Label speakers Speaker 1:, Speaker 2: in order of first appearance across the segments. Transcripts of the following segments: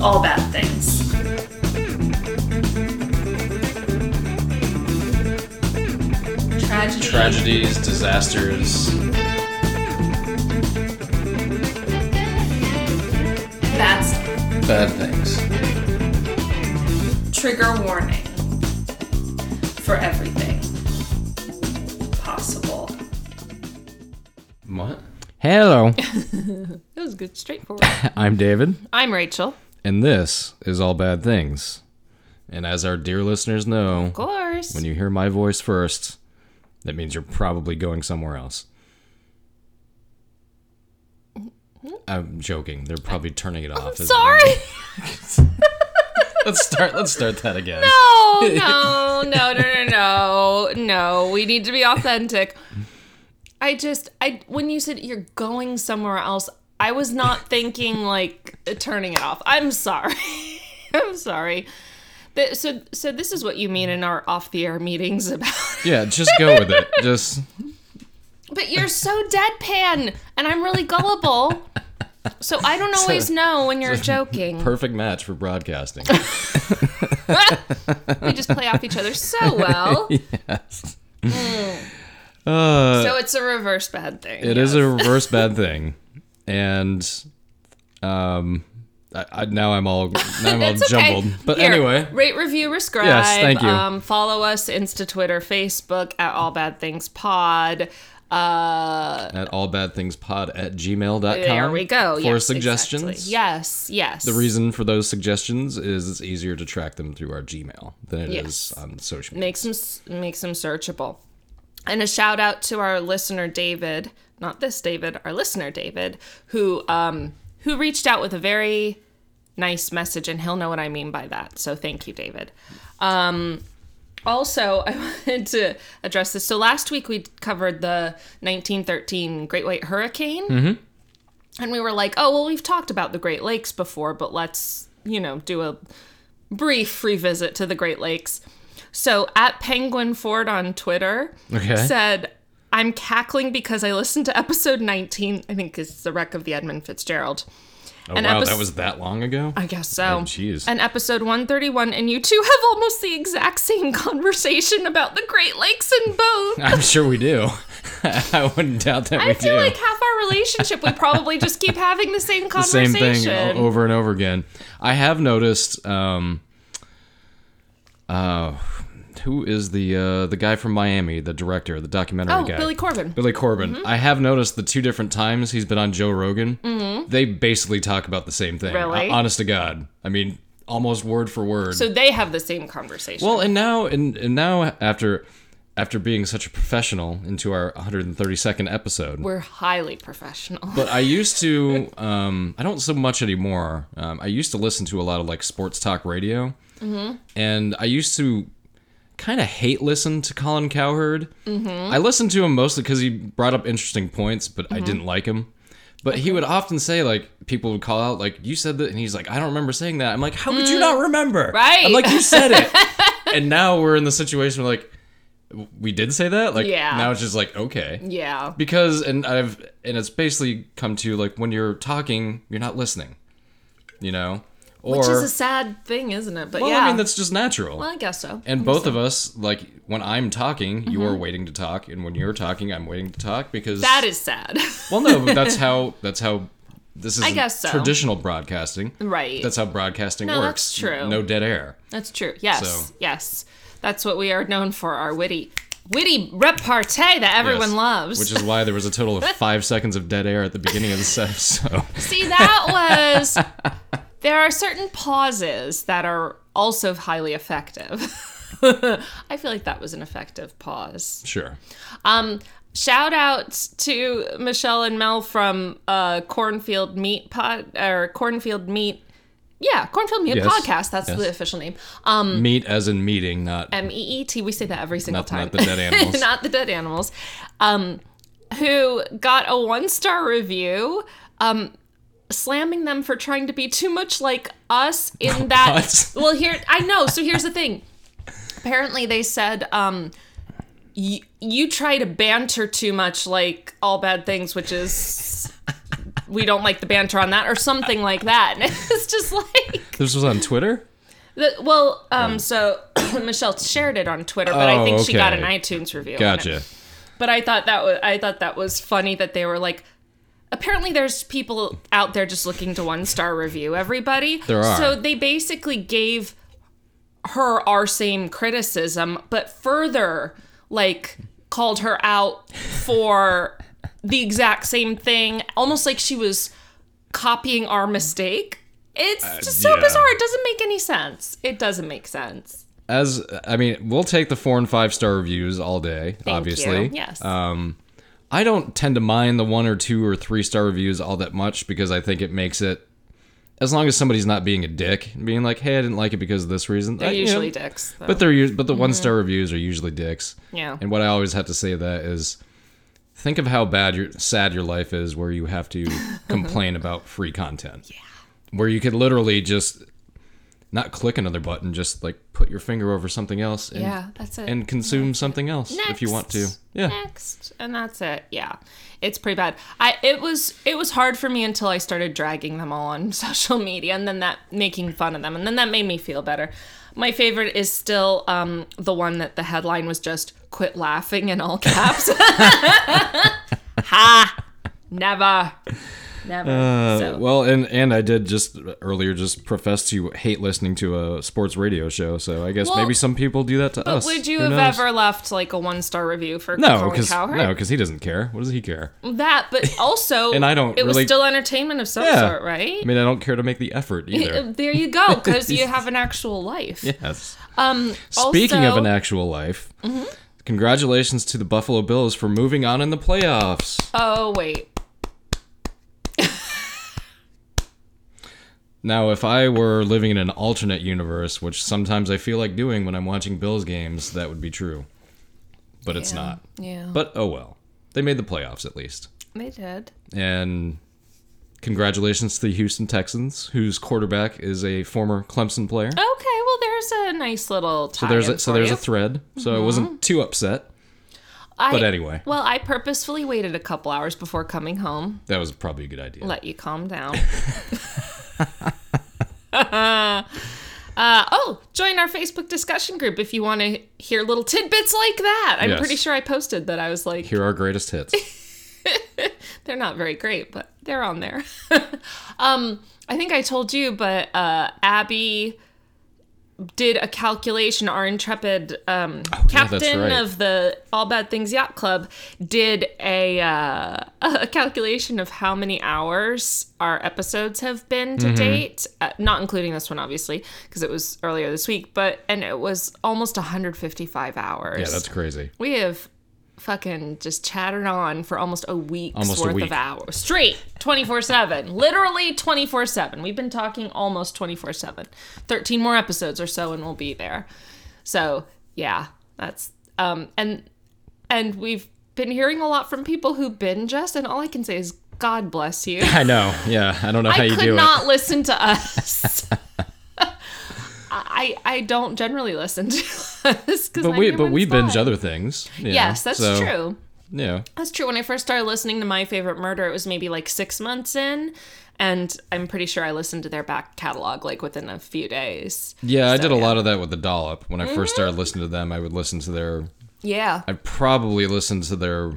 Speaker 1: all bad things. Tragedy.
Speaker 2: Tragedies, disasters,
Speaker 1: That's
Speaker 2: bad things.
Speaker 1: trigger warning for everything possible.
Speaker 2: What?
Speaker 3: Hello,
Speaker 4: That was good, straightforward.
Speaker 3: I'm David,
Speaker 4: I'm Rachel. Of
Speaker 3: and this is All Bad Things. And as our dear listeners know,
Speaker 4: course.
Speaker 3: when you hear my voice first, that means you're probably going somewhere else. I'm joking. They're probably turning it off. as-
Speaker 4: Sorry.
Speaker 3: Let's start. Let's start that again.
Speaker 4: No, Oh, no, no, no, no, no. No, we need to be authentic. I just, I when you said you're going somewhere else, I was not thinking like turning it off. I'm sorry. I'm sorry. Th- So, so this is what you mean in our off-the-air meetings about
Speaker 3: Yeah, just go with it. Just
Speaker 4: But you're so deadpan, and I'm really gullible. So I don't always know when you're joking.
Speaker 3: perfect match for broadcasting.
Speaker 4: we just play off each other so well. Mm.
Speaker 3: yes. Uh,
Speaker 4: So it's a reverse bad thing.
Speaker 3: It is a reverse bad thing, and um, I, I, now I'm all now I'm all
Speaker 4: It's okay.
Speaker 3: jumbled. But
Speaker 4: Here,
Speaker 3: anyway,
Speaker 4: rate, review, prescribe.
Speaker 3: Yes, thank you.
Speaker 4: Um, follow us Insta, Twitter, Facebook at All Bad Things Pod. Uh,
Speaker 3: at allbadthingspod at gmail.com.
Speaker 4: there we go.
Speaker 3: For
Speaker 4: yes,
Speaker 3: suggestions.
Speaker 4: exactly. Yes, yes.
Speaker 3: The reason for those suggestions is it's easier to track them through our Gmail than it is
Speaker 4: Yes.
Speaker 3: on social media.
Speaker 4: makes them s- makes them searchable. And a shout out to our listener David, not this David, our listener David, who um who reached out with a very nice message, and he'll know what I mean by that. So thank you, David. Um, also, I wanted to address this. So last week we covered the 1913 Great White Hurricane, and we were like, oh well, we've talked about the Great Lakes before, but let's you know do a brief revisit to the Great Lakes. So at Penguin Ford on Twitter
Speaker 3: Okay.
Speaker 4: said, I'm cackling because I listened to episode 19. I think it's the wreck of the Edmund Fitzgerald.
Speaker 3: Oh,
Speaker 4: an
Speaker 3: wow,
Speaker 4: epis-
Speaker 3: that was that long ago?
Speaker 4: I guess so.
Speaker 3: Oh, jeez.
Speaker 4: And episode 131, and you two have almost the exact same conversation about the Great Lakes and both.
Speaker 3: I'm sure we do. I wouldn't doubt that
Speaker 4: I
Speaker 3: we
Speaker 4: feel
Speaker 3: do.
Speaker 4: like half our relationship, we probably just keep having the same
Speaker 3: the same
Speaker 4: conversation.
Speaker 3: thing Oh, o- over and over again. I have noticed. Um, uh, who is the uh, the guy from Miami, the director, the documentary
Speaker 4: Oh,
Speaker 3: guy?
Speaker 4: Billy Mm-hmm. Corbin.
Speaker 3: Billy Corbin. I have noticed the two different times he's been on Joe Rogan. They basically talk about the same thing.
Speaker 4: Mm-hmm. Really?
Speaker 3: Uh, honest to God, I mean, almost word for word.
Speaker 4: so they have the same conversation.
Speaker 3: well, and now and, and now after after being such a professional into our 132nd episode,
Speaker 4: We're highly professional.
Speaker 3: but I used to. Um, I don't so much anymore. Um, I used to listen to a lot of like sports talk radio,
Speaker 4: Mm-hmm.
Speaker 3: and I used to kind of hate listen to Colin Cowherd.
Speaker 4: Mm-hmm.
Speaker 3: I listened to him mostly because he brought up interesting points, but I didn't like him. But he would often say like people would call out like you said that, and he's like I don't remember saying that. I'm like, how could you not remember?
Speaker 4: Mm. Right.
Speaker 3: I'm like you said it, and now we're in the situation where like w- we did say that. Like
Speaker 4: Yeah.
Speaker 3: now it's just like okay
Speaker 4: yeah.
Speaker 3: because and i've and it's basically come to like when you're talking you're not listening you know or
Speaker 4: Which is a sad thing, isn't it? But
Speaker 3: well
Speaker 4: yeah.
Speaker 3: i mean that's just natural
Speaker 4: well, I guess so.
Speaker 3: and both of us like when i'm talking you're waiting to talk and when you're talking i'm waiting to talk because
Speaker 4: Mm-hmm. that is sad.
Speaker 3: well no but that's how that's how this is
Speaker 4: guess so.
Speaker 3: traditional broadcasting
Speaker 4: Right.
Speaker 3: that's how broadcasting
Speaker 4: No,
Speaker 3: works
Speaker 4: that's true.
Speaker 3: no dead air
Speaker 4: That's true. Yes.
Speaker 3: So-
Speaker 4: Yes. That's what we are known for our witty witty repartee that everyone
Speaker 3: Yes.
Speaker 4: loves.
Speaker 3: which is why there was a total of five seconds of dead air at the beginning of this episode
Speaker 4: See, that was there are certain pauses that are also highly effective. I feel like that was an effective pause.
Speaker 3: sure
Speaker 4: Um shout out to Michelle and Mel from uh Cornfield Meat Pod or Cornfield Meat yeah, Cornfield Meat
Speaker 3: Yes.
Speaker 4: Podcast. That's
Speaker 3: Yes.
Speaker 4: the official name. Um,
Speaker 3: meet as in meeting not
Speaker 4: M E E T. We say that every single
Speaker 3: Not-
Speaker 4: time.
Speaker 3: not the dead animals.
Speaker 4: Not the dead animals. Um, who got a one star review, um, slamming them for trying to be too much like us in that.
Speaker 3: What?
Speaker 4: Well, here I know. So here's the thing. Apparently, they said. Um, y- you try to banter too much like all bad things which is we don't like the banter on that or something like that and it's just like week.
Speaker 3: This was on Twitter.
Speaker 4: The- well, um, so Michelle shared it on Twitter, but I
Speaker 3: Oh,
Speaker 4: think she got an
Speaker 3: okay.
Speaker 4: iTunes review. on it.
Speaker 3: Gotcha.
Speaker 4: But I thought that was I thought that was funny that they were like apparently there's people out there just looking to one star review everybody.
Speaker 3: There are.
Speaker 4: So they basically gave her our same criticism, but further like called her out for the exact same thing, almost like she was copying our mistake. It's just so
Speaker 3: Uh, yeah.
Speaker 4: bizarre. It doesn't make any sense. It doesn't make sense.
Speaker 3: As I mean, we'll take the four and five star reviews all day.
Speaker 4: Thank
Speaker 3: obviously, Uh,
Speaker 4: you. Yes.
Speaker 3: I don't tend to mind the one or two or three star reviews all that much because I think it makes it. As long as somebody's not being a dick and being like, "Hey, I didn't like it because of this reason,"
Speaker 4: They're
Speaker 3: I- you know,
Speaker 4: usually dicks. though.
Speaker 3: But they're us- but the one star reviews are usually dicks.
Speaker 4: Mm-hmm. Yeah.
Speaker 3: And what I always have to say to that is, think of how bad your sad your life is, where you have to complain about free content. Yeah. Where you could literally just not click another button, just like put your finger over something else. And,
Speaker 4: Yeah, that's it.
Speaker 3: And consume something else if you want to.
Speaker 4: Next.
Speaker 3: Yeah.
Speaker 4: Next, and that's it. Yeah, it's pretty bad. I it was it was hard for me until I started dragging them all on social media, and then that making fun of them, and then that made me feel better. My favorite is still um, the one that the headline was just "Quit laughing" in all caps. ha! Never, never. so
Speaker 3: Uh, Well, and and I did just earlier just profess to hate listening to a sports radio show, so I guess
Speaker 4: Well,
Speaker 3: maybe some people do that to us.
Speaker 4: would you
Speaker 3: Who
Speaker 4: have
Speaker 3: knows?
Speaker 4: ever left like a one star review for
Speaker 3: No,
Speaker 4: Colin
Speaker 3: because
Speaker 4: Cowherd?
Speaker 3: no, because he doesn't care. What does he care?
Speaker 4: That, but also,
Speaker 3: And I don't
Speaker 4: It was
Speaker 3: really-
Speaker 4: still entertainment of some
Speaker 3: Yeah.
Speaker 4: sort, right?
Speaker 3: I mean, I don't care to make the effort
Speaker 4: Uh,
Speaker 3: either.
Speaker 4: There you go, because you have an actual life.
Speaker 3: yes.
Speaker 4: Um, also,
Speaker 3: Speaking
Speaker 4: Mm-hmm.
Speaker 3: of an actual life, congratulations to the Buffalo Bills for moving on in the playoffs.
Speaker 4: oh wait,
Speaker 3: Now, if I were living in an alternate universe, which sometimes I feel like doing when I'm watching Bills games, that would be true. But it's not.
Speaker 4: yeah,
Speaker 3: But oh well. They made the playoffs at least.
Speaker 4: they did.
Speaker 3: And congratulations to the Houston Texans, whose quarterback is a former Clemson player.
Speaker 4: Okay, well, there's a nice little.
Speaker 3: so there's a, so there's a thread. So I wasn't too upset. but anyway.
Speaker 4: Well, Mm-hmm. I purposefully waited a couple hours before coming home.
Speaker 3: That was probably a good idea.
Speaker 4: Let you calm down. Uh, oh, join our Facebook discussion group if you want to hear little tidbits like that. I'm
Speaker 3: Yes.
Speaker 4: pretty sure I posted that. I was like,
Speaker 3: Here are our greatest hits.
Speaker 4: they're not very great, but they're on there. um, I think I told you, but uh, Abby did a calculation. Our intrepid um,
Speaker 3: Oh, yeah, that's
Speaker 4: captain
Speaker 3: right.
Speaker 4: of the All Bad Things Yacht Club did a uh, a calculation of how many hours our episodes have been
Speaker 3: Mm-hmm.
Speaker 4: to date, uh, not including this one, obviously, because it was earlier this week. But and it was almost 155 hours.
Speaker 3: Yeah, that's crazy.
Speaker 4: We have fucking just chattered on for almost a week's
Speaker 3: Almost a
Speaker 4: worth
Speaker 3: week.
Speaker 4: of hours straight 24-7 literally 24-7 we've been talking almost 24-7 13 more episodes or so and we'll be there so yeah that's um and and we've been hearing a lot from people who binge us and all i can say is god bless you
Speaker 3: I know. Yeah, I don't know how
Speaker 4: I
Speaker 3: you
Speaker 4: could
Speaker 3: do
Speaker 4: not listen to us. I I don't generally listen to us because
Speaker 3: it. But we but we binge other things. you know,
Speaker 4: Yes, that's
Speaker 3: so,
Speaker 4: true.
Speaker 3: Yeah,
Speaker 4: That's true. When I first started listening to My Favorite Murder, it was maybe like six months in, and I'm pretty sure I listened to their back catalog like within a few days.
Speaker 3: yeah. I did a lot of that with the dollop. When I
Speaker 4: Mm-hmm.
Speaker 3: first started listening to them, I would listen to their.
Speaker 4: Yeah.
Speaker 3: I probably listened to their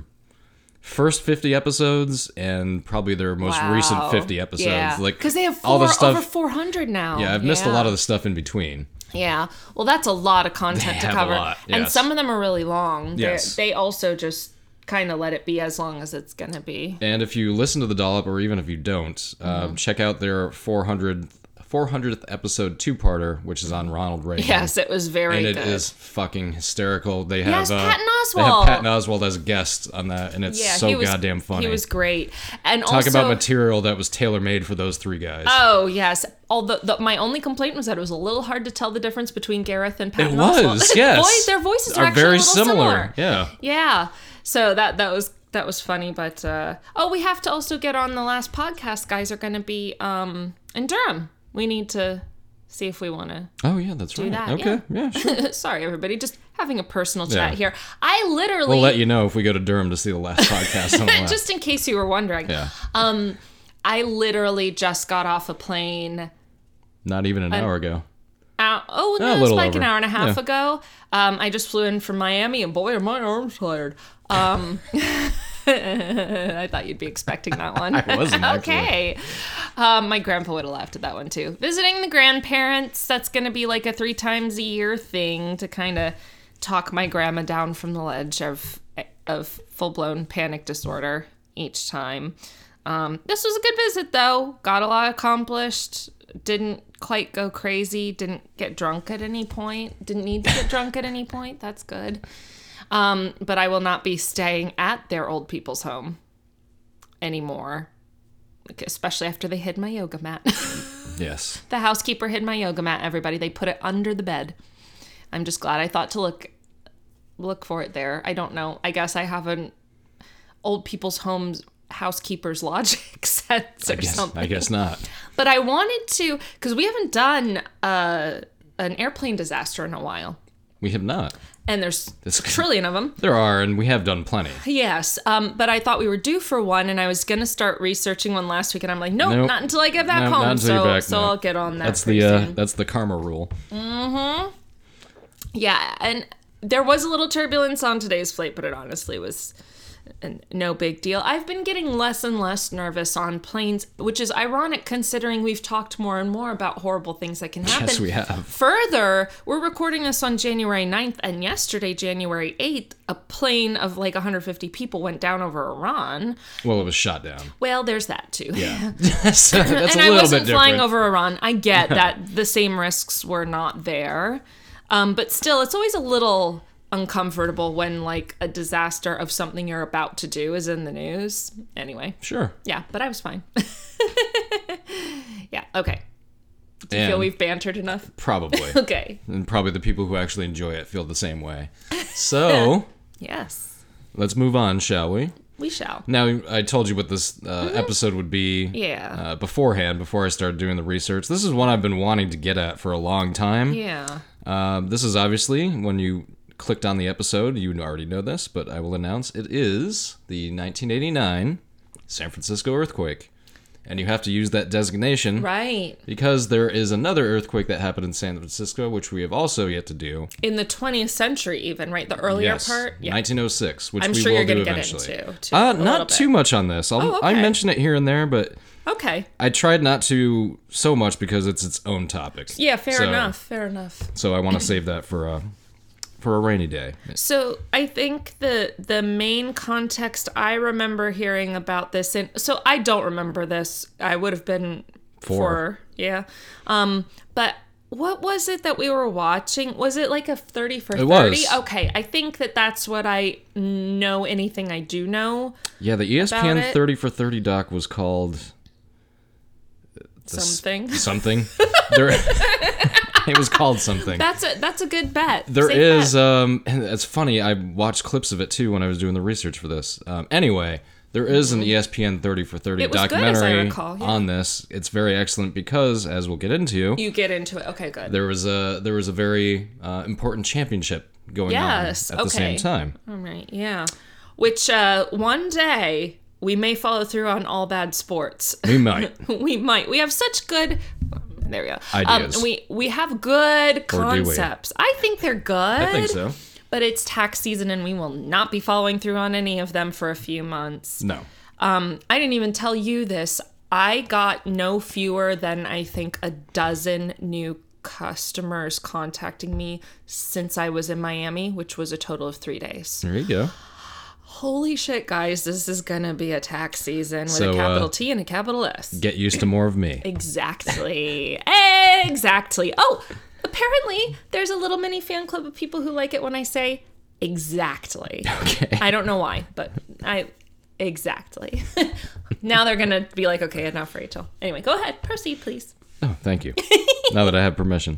Speaker 3: first fifty episodes and probably their most recent fifty episodes. Like
Speaker 4: because they have four,
Speaker 3: all the stuff.
Speaker 4: over 400 now.
Speaker 3: yeah, I've missed a lot of the stuff in between.
Speaker 4: Yeah. Well, that's a lot of content
Speaker 3: They
Speaker 4: to
Speaker 3: have a
Speaker 4: cover.
Speaker 3: lot,
Speaker 4: And
Speaker 3: yes.
Speaker 4: some of them are really long. They're-
Speaker 3: Yes.
Speaker 4: They also just kind of let it be as long as it's going to be.
Speaker 3: And if you listen to the dollop, or even if you don't,
Speaker 4: Mm-hmm.
Speaker 3: um, check out their 400th, 400th episode two-parter, which is on Ronald Reagan.
Speaker 4: Yes, it was very
Speaker 3: and it
Speaker 4: good.
Speaker 3: is fucking hysterical. They
Speaker 4: Yes,
Speaker 3: have uh,
Speaker 4: Patton
Speaker 3: They have
Speaker 4: Oswalt.
Speaker 3: Patton Oswald as a guest on that, and it's
Speaker 4: Yeah,
Speaker 3: so
Speaker 4: he was,
Speaker 3: goddamn funny.
Speaker 4: He was great. And
Speaker 3: Talk
Speaker 4: also,
Speaker 3: about material that was tailor made for those three guys.
Speaker 4: Oh yes. Although the, my only complaint was that it was a little hard to tell the difference between Gareth and Patton.
Speaker 3: it was
Speaker 4: Oswalt.
Speaker 3: yes.
Speaker 4: Voice- their voices are,
Speaker 3: are
Speaker 4: actually
Speaker 3: very
Speaker 4: a little similar.
Speaker 3: Yeah.
Speaker 4: Yeah. So that that was that was funny, but uh, oh, we have to also get on the last podcast. Guys are going to be um, in Durham. We need to see if we want to
Speaker 3: Oh yeah, that's right.
Speaker 4: that,
Speaker 3: okay. Yeah. sure.
Speaker 4: Sorry, everybody. Just having a personal chat
Speaker 3: Yeah.
Speaker 4: here. I literally.
Speaker 3: We'll let you know if we go to Durham to see the last podcast. on the left.
Speaker 4: just in case you were wondering,
Speaker 3: yeah.
Speaker 4: I literally just got off a plane
Speaker 3: Not even an hour ago.
Speaker 4: hour, oh, no,
Speaker 3: Ah, A
Speaker 4: it was
Speaker 3: little
Speaker 4: like an
Speaker 3: over.
Speaker 4: hour and a half
Speaker 3: Yeah.
Speaker 4: ago. Um, I just flew in from Miami, and boy, are my arms tired. Um, I thought you'd be expecting that one.
Speaker 3: I wasn't, actually.
Speaker 4: okay. Um, my grandpa would have laughed at that one too. Visiting the grandparents, that's going to be like a three times a year thing to kind of talk my grandma down from the ledge of of full blown panic disorder each time. Um, this was a good visit though. Got a lot accomplished. Didn't quite go crazy. Didn't get drunk at any point. Didn't need to get drunk at any point. That's good. Um, but I will not be staying at their old people's home anymore, like, especially after they hid my yoga mat.
Speaker 3: Yes.
Speaker 4: the housekeeper hid my yoga mat. Everybody, they put it under the bed. I'm just glad I thought to look look for it there. I don't know. I guess I have an old people's homes housekeeper's logic sense or
Speaker 3: I guess,
Speaker 4: something.
Speaker 3: I guess not.
Speaker 4: But I wanted to because we haven't done uh, an airplane disaster in a while,
Speaker 3: We have not.
Speaker 4: and there's
Speaker 3: This-
Speaker 4: a trillion of them.
Speaker 3: There are, and we have done plenty.
Speaker 4: Yes, um, but I thought we were due for one, and I was gonna start researching one last week, and I'm like, nope,
Speaker 3: Nope.
Speaker 4: not until I get back
Speaker 3: Nope, not
Speaker 4: home.
Speaker 3: until you're
Speaker 4: So,
Speaker 3: back,
Speaker 4: so
Speaker 3: no.
Speaker 4: I'll get on that.
Speaker 3: That's
Speaker 4: pretty
Speaker 3: the uh,
Speaker 4: soon.
Speaker 3: that's the karma rule.
Speaker 4: yeah, and there was a little turbulence on today's flight, but it honestly was n- no big deal. I've been getting less and less nervous on planes, which is ironic considering we've talked more and more about horrible things that can happen.
Speaker 3: Yes, we have.
Speaker 4: Further, we're recording this on January 9th, and yesterday, January 8th, a plane of like 150 people went down over Iran.
Speaker 3: Well, it was shot down.
Speaker 4: Well, there's that too.
Speaker 3: Yeah. so that's
Speaker 4: and
Speaker 3: a
Speaker 4: I
Speaker 3: little
Speaker 4: wasn't
Speaker 3: bit
Speaker 4: flying
Speaker 3: different.
Speaker 4: over Iran. I get that the same risks were not there. Um, but still, it's always a little uncomfortable when like a disaster of something you're about to do is in the news. Anyway,
Speaker 3: Sure.
Speaker 4: yeah, but I was fine. yeah, okay.
Speaker 3: and
Speaker 4: Feel we've bantered enough.
Speaker 3: probably.
Speaker 4: Okay.
Speaker 3: and probably the people who actually enjoy it feel the same way. So
Speaker 4: Yes,
Speaker 3: let's move on, shall we?
Speaker 4: we shall.
Speaker 3: Now I told you what this uh, episode would be.
Speaker 4: Mm-hmm. Yeah.
Speaker 3: Uh, beforehand, before I started doing the research, this is one I've been wanting to get at for a long time.
Speaker 4: Yeah.
Speaker 3: Um, this is obviously when you clicked on the episode, you already know this, but I will announce it is the 1989 San Francisco earthquake. And you have to use that designation
Speaker 4: Right.
Speaker 3: because there is another earthquake that happened in San Francisco, which we have also yet to do.
Speaker 4: In the 20th century, even right, the earlier part. Yeah.
Speaker 3: 1906, which
Speaker 4: I'm
Speaker 3: we
Speaker 4: sure
Speaker 3: will
Speaker 4: you're
Speaker 3: do
Speaker 4: gonna get
Speaker 3: eventually.
Speaker 4: into, too,
Speaker 3: uh,
Speaker 4: a little
Speaker 3: not
Speaker 4: bit.
Speaker 3: too much on this. I'll,
Speaker 4: Oh,
Speaker 3: I
Speaker 4: okay.
Speaker 3: mention it here and there, but
Speaker 4: Okay.
Speaker 3: I tried not to so much because it's its own topic.
Speaker 4: Yeah. Fair
Speaker 3: So-
Speaker 4: enough. Fair enough.
Speaker 3: So I want to save that for a for a rainy day.
Speaker 4: So I think the the main context I remember hearing about this, and so I don't remember this. I would have been four,
Speaker 3: Four.
Speaker 4: yeah. Um, but what was it that we were watching? Was it like a thirty for
Speaker 3: It
Speaker 4: thirty?
Speaker 3: was.
Speaker 4: Okay, I think that that's what I know. Anything I do know,
Speaker 3: Yeah, the E
Speaker 4: About
Speaker 3: ESPN
Speaker 4: it?
Speaker 3: 30 for 30 doc was called uh, the s-
Speaker 4: something.
Speaker 3: something. there, it was called something.
Speaker 4: That's a that's a good bet.
Speaker 3: There
Speaker 4: Safe
Speaker 3: is,
Speaker 4: bet.
Speaker 3: um, and it's funny. I watched clips of it too when I was doing the research for this. Um, anyway, there is an E ESPN 30 for 30
Speaker 4: Mm-hmm. It was good, as I
Speaker 3: documentary
Speaker 4: recall, yeah.
Speaker 3: on this. It's very excellent because, as we'll get into,
Speaker 4: you get into it. Okay, good.
Speaker 3: there was a there was a very uh, important championship going
Speaker 4: Yes,
Speaker 3: on at the same
Speaker 4: okay.
Speaker 3: time.
Speaker 4: All right, yeah. Which uh, one day we may follow through on all bad sports.
Speaker 3: We might.
Speaker 4: we might. We have such good. There we go.
Speaker 3: Ideas.
Speaker 4: Um, we we have good
Speaker 3: Or do we?
Speaker 4: concepts. I think they're good. I
Speaker 3: I think so.
Speaker 4: But it's tax season, and we will not be following through on any of them for a few months.
Speaker 3: No.
Speaker 4: Um, I didn't even tell you this. I got no fewer than I think a dozen new customers contacting me since I was in Miami, which was a total of three days.
Speaker 3: There you go.
Speaker 4: Holy shit, guys! This is gonna be a tax season with
Speaker 3: So,
Speaker 4: a
Speaker 3: uh,
Speaker 4: capital T and a capital S.
Speaker 3: Get used to more of me.
Speaker 4: Exactly. exactly. Oh, apparently there's a little mini fan club of people who like it when I say exactly.
Speaker 3: Okay.
Speaker 4: I don't know why, but I exactly. now they're going to be like, okay, enough, Rachel. Anyway, go ahead. Proceed, please.
Speaker 3: Oh, thank you. now that I have permission.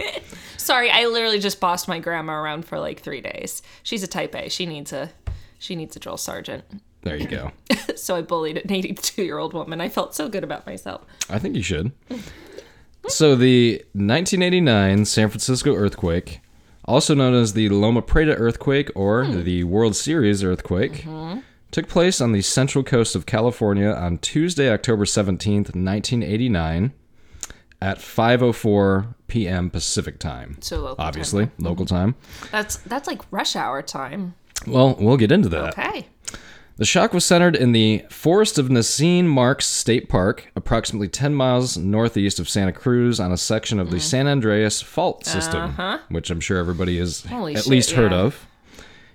Speaker 4: Sorry, I literally just bossed my grandma around for like three days. She's a type A. She needs a she needs a drill sergeant.
Speaker 3: There you go.
Speaker 4: So I bullied an 82 year old woman. I felt so good about myself.
Speaker 3: I think you should. So the 1989 San Francisco earthquake, also known as the Loma Prieta earthquake or
Speaker 4: Hmm.
Speaker 3: the World Series earthquake,
Speaker 4: Mm-hmm.
Speaker 3: took place on the central coast of California on Tuesday, October 17th, 1989. at 5:04 p.m. Pacific time.
Speaker 4: So local time. Mm-hmm.
Speaker 3: obviously local time.
Speaker 4: That's that's like rush hour time.
Speaker 3: Well, we'll get into that.
Speaker 4: Okay.
Speaker 3: The shock was centered in the forest of Nassim Marks State Park, approximately 10 miles northeast of Santa Cruz, on a section
Speaker 4: Mm.
Speaker 3: of the San Andreas Fault System, which I'm sure everybody has
Speaker 4: Uh-huh. Holy
Speaker 3: at
Speaker 4: shit,
Speaker 3: least heard
Speaker 4: yeah.
Speaker 3: of.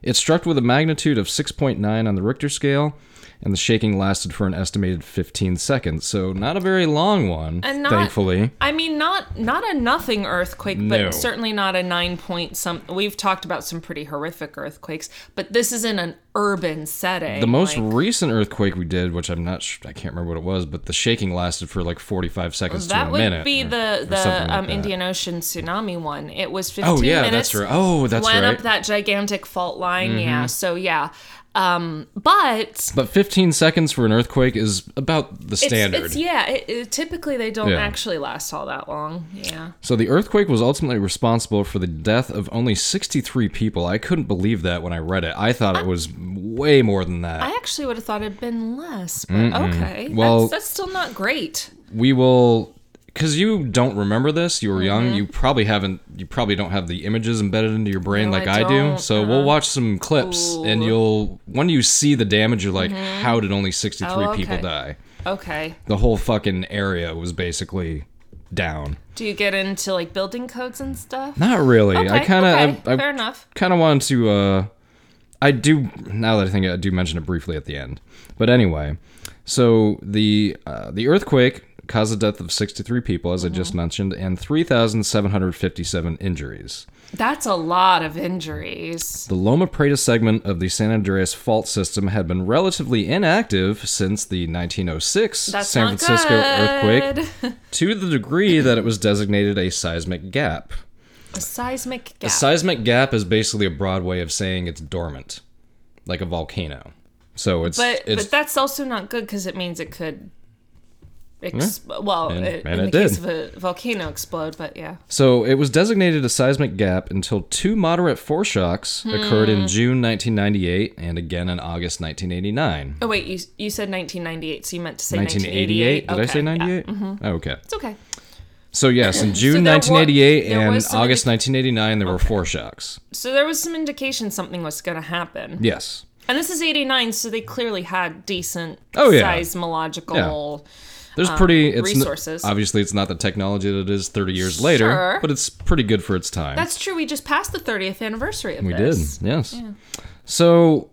Speaker 3: It struck with a magnitude of 6.9 on the Richter scale, and the shaking lasted for an estimated 15 seconds. So, not a very long one,
Speaker 4: And not-
Speaker 3: thankfully.
Speaker 4: I mean, not not a nothing earthquake,
Speaker 3: No.
Speaker 4: but certainly not a nine point some. We've talked about some pretty horrific earthquakes, but this is in an urban setting.
Speaker 3: The most
Speaker 4: like,
Speaker 3: recent earthquake we did, which I'm not, sh- I can't remember what it was, but the shaking lasted for like 45 seconds to
Speaker 4: that
Speaker 3: a
Speaker 4: would
Speaker 3: minute.
Speaker 4: be
Speaker 3: or-
Speaker 4: the
Speaker 3: or
Speaker 4: the
Speaker 3: something like
Speaker 4: um,
Speaker 3: that.
Speaker 4: Indian Ocean tsunami one. It was fifteen
Speaker 3: Oh yeah,
Speaker 4: minutes.
Speaker 3: that's right. Oh, that's
Speaker 4: went
Speaker 3: right. Mm-hmm.
Speaker 4: up that gigantic fault line. Yeah. So yeah. Um, but
Speaker 3: But 15 seconds for an earthquake is about the
Speaker 4: it's,
Speaker 3: standard.
Speaker 4: it's yeah. It, it- typically, they don't
Speaker 3: Yeah.
Speaker 4: actually last all that long. Yeah.
Speaker 3: so the earthquake was ultimately responsible for the death of only 63 people. I couldn't believe that when I read it. I thought it was way more than that.
Speaker 4: I actually would have thought it'd been less, but okay.
Speaker 3: Well-
Speaker 4: that's, that's still not great.
Speaker 3: we will because you don't remember this you were
Speaker 4: Mm-hmm.
Speaker 3: young you probably haven't you probably don't have the images embedded into your brain
Speaker 4: No,
Speaker 3: like
Speaker 4: I
Speaker 3: i, do
Speaker 4: don't, Uh-huh.
Speaker 3: so we'll watch some clips and you'll when you see the damage you're like how did only 63
Speaker 4: Mm-hmm. Oh,
Speaker 3: people
Speaker 4: okay.
Speaker 3: die
Speaker 4: Okay.
Speaker 3: the whole fucking area was basically down
Speaker 4: Do you get into like building codes and stuff?
Speaker 3: Not really. I
Speaker 4: Okay,
Speaker 3: kind of,
Speaker 4: okay,
Speaker 3: I,
Speaker 4: fair
Speaker 3: I
Speaker 4: enough.
Speaker 3: kind of wanted to. Uh, I do now that I think I do mention it briefly at the end. But anyway, so the uh, the earthquake caused the death of 63 people, as I
Speaker 4: Mm-hmm.
Speaker 3: just mentioned, and 3,757 injuries.
Speaker 4: That's a lot of injuries.
Speaker 3: The Loma Prieta segment of the San Andreas fault system had been relatively inactive since the 1906
Speaker 4: That's
Speaker 3: San
Speaker 4: not
Speaker 3: Francisco
Speaker 4: good.
Speaker 3: earthquake, to the degree that it was designated a seismic gap.
Speaker 4: A seismic gap.
Speaker 3: A seismic gap is basically a broad way of saying it's dormant, like a volcano. So it's
Speaker 4: but
Speaker 3: it's
Speaker 4: but that's also not good because it means it could. Ex- Well,
Speaker 3: And-
Speaker 4: it-
Speaker 3: and
Speaker 4: in
Speaker 3: it
Speaker 4: the
Speaker 3: did.
Speaker 4: case of a volcano explode, but yeah.
Speaker 3: so it was designated a seismic gap until two moderate foreshocks occurred
Speaker 4: Hmm.
Speaker 3: in June 1998 and again in August 1989.
Speaker 4: Oh wait, you you said 1998, so you meant to say 1988.
Speaker 3: 1988? Did I say
Speaker 4: Okay, yeah.
Speaker 3: 98? Oh, okay.
Speaker 4: It's okay.
Speaker 3: So yes, in
Speaker 4: there
Speaker 3: June
Speaker 4: were-
Speaker 3: 1988
Speaker 4: there
Speaker 3: and
Speaker 4: was some
Speaker 3: August 1989 there were foreshocks.
Speaker 4: So there was some indication something was going to happen.
Speaker 3: Yes.
Speaker 4: And this is 89, so they clearly had decent
Speaker 3: Oh, yeah.
Speaker 4: seismological.
Speaker 3: There's pretty it's n-
Speaker 4: Um, resources.
Speaker 3: obviously it's not the technology that it is 30 years later,
Speaker 4: Sure.
Speaker 3: but it's pretty good for its time.
Speaker 4: That's true. We just passed the 30th anniversary of
Speaker 3: We did,
Speaker 4: this.
Speaker 3: yes. So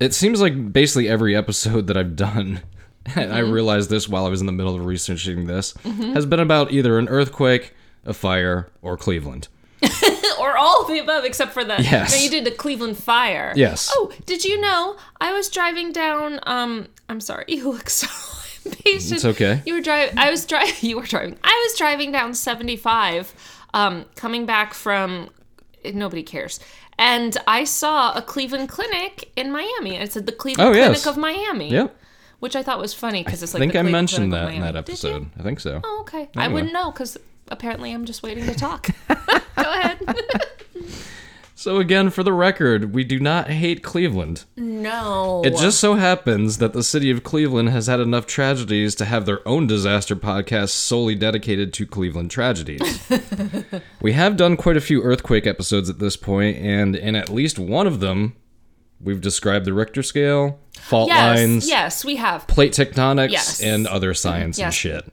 Speaker 3: it seems like basically every episode that I've done, and
Speaker 4: Mm-hmm.
Speaker 3: I realized this while I was in the middle of researching this, has been about either an earthquake, a fire, or Cleveland.
Speaker 4: Or all of the above, except for that.
Speaker 3: Yes.
Speaker 4: No, you did the Cleveland Fire.
Speaker 3: Yes.
Speaker 4: Oh, did you know I was driving down? Um, I'm sorry. You look so impatient.
Speaker 3: It's okay.
Speaker 4: You were driving. I was driving. You were driving. I was driving down 75, um, coming back from. Nobody cares. And I saw a Cleveland clinic in Miami. It said the Cleveland
Speaker 3: Oh,
Speaker 4: Clinic
Speaker 3: yes.
Speaker 4: of Miami.
Speaker 3: Yep.
Speaker 4: Which I thought was funny because it's
Speaker 3: I
Speaker 4: like.
Speaker 3: think
Speaker 4: the
Speaker 3: I
Speaker 4: Cleveland
Speaker 3: mentioned
Speaker 4: Clinic of
Speaker 3: that in that
Speaker 4: Miami. Did you?
Speaker 3: episode. I think so.
Speaker 4: Oh, okay. I
Speaker 3: Anyway.
Speaker 4: wouldn't know because apparently I'm just waiting to talk. Go ahead.
Speaker 3: So, again, for the record, we do not hate Cleveland.
Speaker 4: No.
Speaker 3: It just so happens that the city of Cleveland has had enough tragedies to have their own disaster podcast solely dedicated to Cleveland tragedies. we have done quite a few earthquake episodes at this point, and in at least one of them, we've described the Richter scale, fault
Speaker 4: yes,
Speaker 3: lines,
Speaker 4: yes, we have
Speaker 3: plate tectonics,
Speaker 4: Yes.
Speaker 3: and other science
Speaker 4: Yes.
Speaker 3: and shit.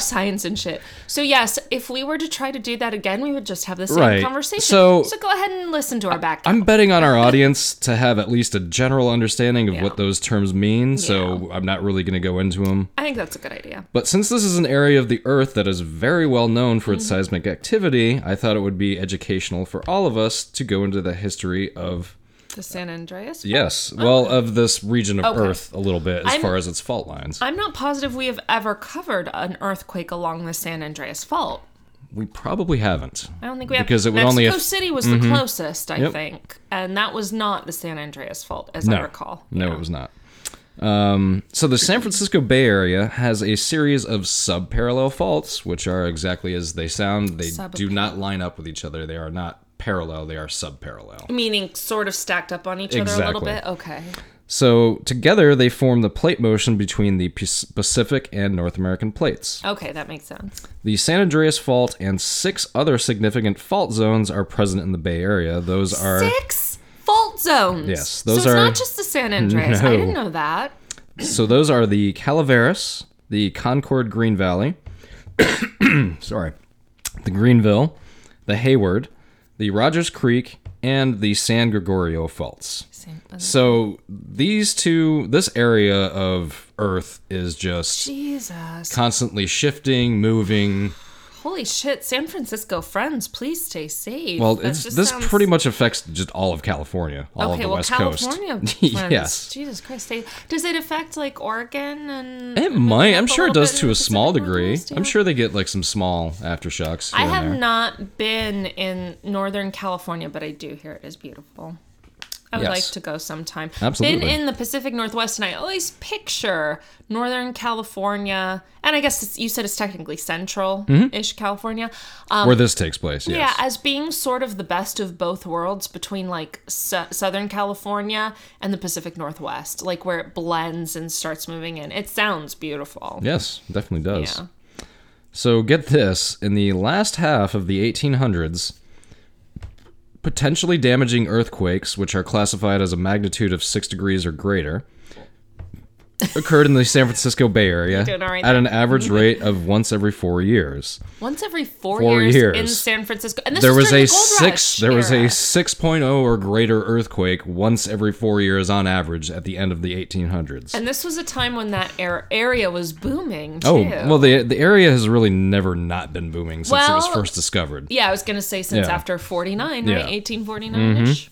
Speaker 4: science and shit. So yes, if we were to try to do that again, we would just have the same
Speaker 3: Right.
Speaker 4: conversation.
Speaker 3: So-
Speaker 4: go ahead and listen to our back.
Speaker 3: I'm betting on our audience to have at least a general understanding of what those terms mean, so I'm not really going to go into them.
Speaker 4: I think that's a good idea.
Speaker 3: But since this is an area of the Earth that is very well known for
Speaker 4: Mm-hmm.
Speaker 3: its seismic activity, I thought it would be educational for all of us to go into the history of
Speaker 4: The San Andreas.
Speaker 3: yes, well, of this region of Earth a little bit as
Speaker 4: Oh. I'm-
Speaker 3: far as its fault lines.
Speaker 4: I'm not positive we have ever covered an earthquake along the San Andreas Fault.
Speaker 3: we probably haven't.
Speaker 4: I don't think we have.
Speaker 3: Because it would
Speaker 4: Mexico
Speaker 3: only aff- Mm-hmm.
Speaker 4: City was the closest, I think, and that was not the San Andreas Fault, as I
Speaker 3: No,
Speaker 4: recall.
Speaker 3: no, it was not. Um, so the San Francisco Bay Area has a series of subparallel faults, which are exactly as they sound. They do not line up with each other. They are not parallel. They are subparallel.
Speaker 4: Meaning, sort of stacked up on each other a little
Speaker 3: Exactly.
Speaker 4: bit. Okay.
Speaker 3: So together they form the plate motion between the P- Pacific and North American plates.
Speaker 4: Okay, that makes sense.
Speaker 3: The San Andreas Fault and six other significant fault zones are present in the Bay Area. Those are
Speaker 4: Six fault zones.
Speaker 3: Yes, those
Speaker 4: so it's
Speaker 3: are-
Speaker 4: not just the San Andreas. I
Speaker 3: No.
Speaker 4: didn't know that.
Speaker 3: so those are the Calaveras, the Concord Green Valley, sorry, the Greenville, the Hayward, the Rogers Creek, and the San Gregorio faults.
Speaker 4: San-
Speaker 3: So these two, this area of Earth is just
Speaker 4: Jesus.
Speaker 3: constantly shifting, moving.
Speaker 4: Holy shit, San Francisco friends, please stay safe.
Speaker 3: Well,
Speaker 4: That
Speaker 3: it's,
Speaker 4: just
Speaker 3: this
Speaker 4: sounds-
Speaker 3: pretty much affects just all of California, all of
Speaker 4: Okay,
Speaker 3: the
Speaker 4: well,
Speaker 3: West
Speaker 4: California
Speaker 3: Coast.
Speaker 4: friends.
Speaker 3: yes.
Speaker 4: Jesus Christ. They, does it affect like Oregon and?
Speaker 3: It might. I'm
Speaker 4: up a
Speaker 3: sure it
Speaker 4: little
Speaker 3: does
Speaker 4: bit
Speaker 3: to
Speaker 4: in
Speaker 3: a
Speaker 4: the
Speaker 3: small
Speaker 4: Pacific
Speaker 3: degree.
Speaker 4: Northwest,
Speaker 3: I'm
Speaker 4: yeah?
Speaker 3: sure they get like some small aftershocks.
Speaker 4: I
Speaker 3: here and
Speaker 4: have
Speaker 3: there.
Speaker 4: not been in Northern California, but I do hear it is beautiful. I would
Speaker 3: Yes.
Speaker 4: like to go sometime. Been
Speaker 3: Absolutely.
Speaker 4: in the Pacific Northwest, and I always picture Northern California, and I guess it's, you said it's technically central-ish California. Um,
Speaker 3: where this takes place. Mm-hmm. Yes.
Speaker 4: Yeah, as being sort of the best of both worlds between like su- Southern California and the Pacific Northwest, like where it blends and starts moving in. It sounds beautiful.
Speaker 3: Yes, definitely does.
Speaker 4: Yeah.
Speaker 3: So get this: in the last half of the 1800s, potentially damaging earthquakes, which are classified as a magnitude of six degrees or greater, occurred in the San Francisco Bay Area
Speaker 4: doing all right
Speaker 3: at an average rate of once every four years.
Speaker 4: Once every four,
Speaker 3: Four
Speaker 4: years,
Speaker 3: years.
Speaker 4: in San Francisco, and this
Speaker 3: there
Speaker 4: was,
Speaker 3: was
Speaker 4: during
Speaker 3: a
Speaker 4: the Gold
Speaker 3: six.
Speaker 4: Rush
Speaker 3: There was a
Speaker 4: era.
Speaker 3: 6.0 or greater earthquake once every four years on average at the end of the 1800s.
Speaker 4: and this was a time when that ar- area was booming too.
Speaker 3: Oh well, the the area has really never not been booming since it was
Speaker 4: Well-
Speaker 3: first discovered.
Speaker 4: yeah, I was gonna say since
Speaker 3: Yeah.
Speaker 4: after forty nine,
Speaker 3: Yeah. Mm-hmm.
Speaker 4: right, eighteen forty nine ish.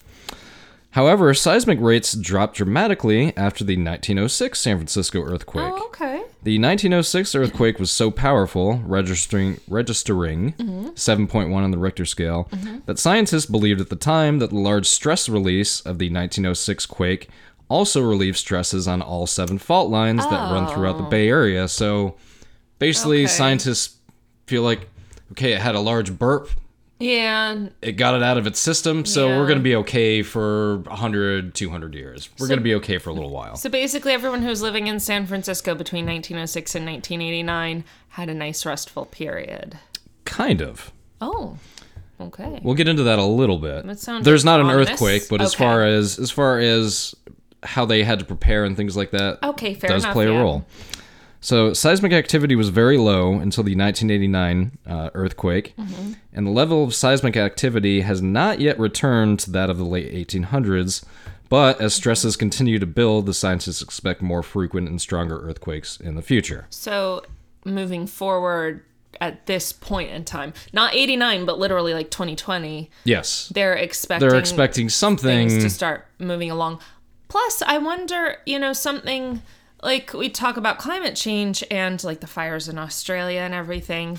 Speaker 3: However, seismic rates dropped dramatically after the 1906 San Francisco earthquake.
Speaker 4: Oh, okay.
Speaker 3: The 1906 earthquake was so powerful, registering registering 7.1 on the Richter scale, that scientists believed at the time that the large stress release of the 1906 quake also relieved stresses on all seven fault lines that run throughout the Bay Area. So basically,
Speaker 4: Okay.
Speaker 3: scientists feel like, okay, it had a large burp,
Speaker 4: Yeah,
Speaker 3: it got it out of its system so
Speaker 4: Yeah.
Speaker 3: we're going to be okay for 100 200 years we're going to be okay for a little while
Speaker 4: So basically, everyone who was living in San Francisco between 1906 and 1989 had a nice restful period.
Speaker 3: kind of
Speaker 4: Oh, okay.
Speaker 3: we'll get into that a little bit
Speaker 4: That sounds
Speaker 3: there's not an
Speaker 4: ominous.
Speaker 3: earthquake but as
Speaker 4: Okay.
Speaker 3: far as as far as how they had to prepare and things like that
Speaker 4: Okay, Oh, fair
Speaker 3: does
Speaker 4: enough,
Speaker 3: play a
Speaker 4: yeah.
Speaker 3: role so seismic activity was very low until the 1989 uh, earthquake
Speaker 4: Mm-hmm.
Speaker 3: and the level of seismic activity has not yet returned to that of the late 1800s but
Speaker 4: Mm-hmm.
Speaker 3: as stresses continue to build the scientists expect more frequent and stronger earthquakes in the future
Speaker 4: So moving forward at this point in time, not 89, but literally like 2020,
Speaker 3: yes
Speaker 4: they're expecting
Speaker 3: they're expecting something
Speaker 4: things to start moving along. Plus, I wonder, you know, something like we talk about climate change and like the fires in Australia and everything,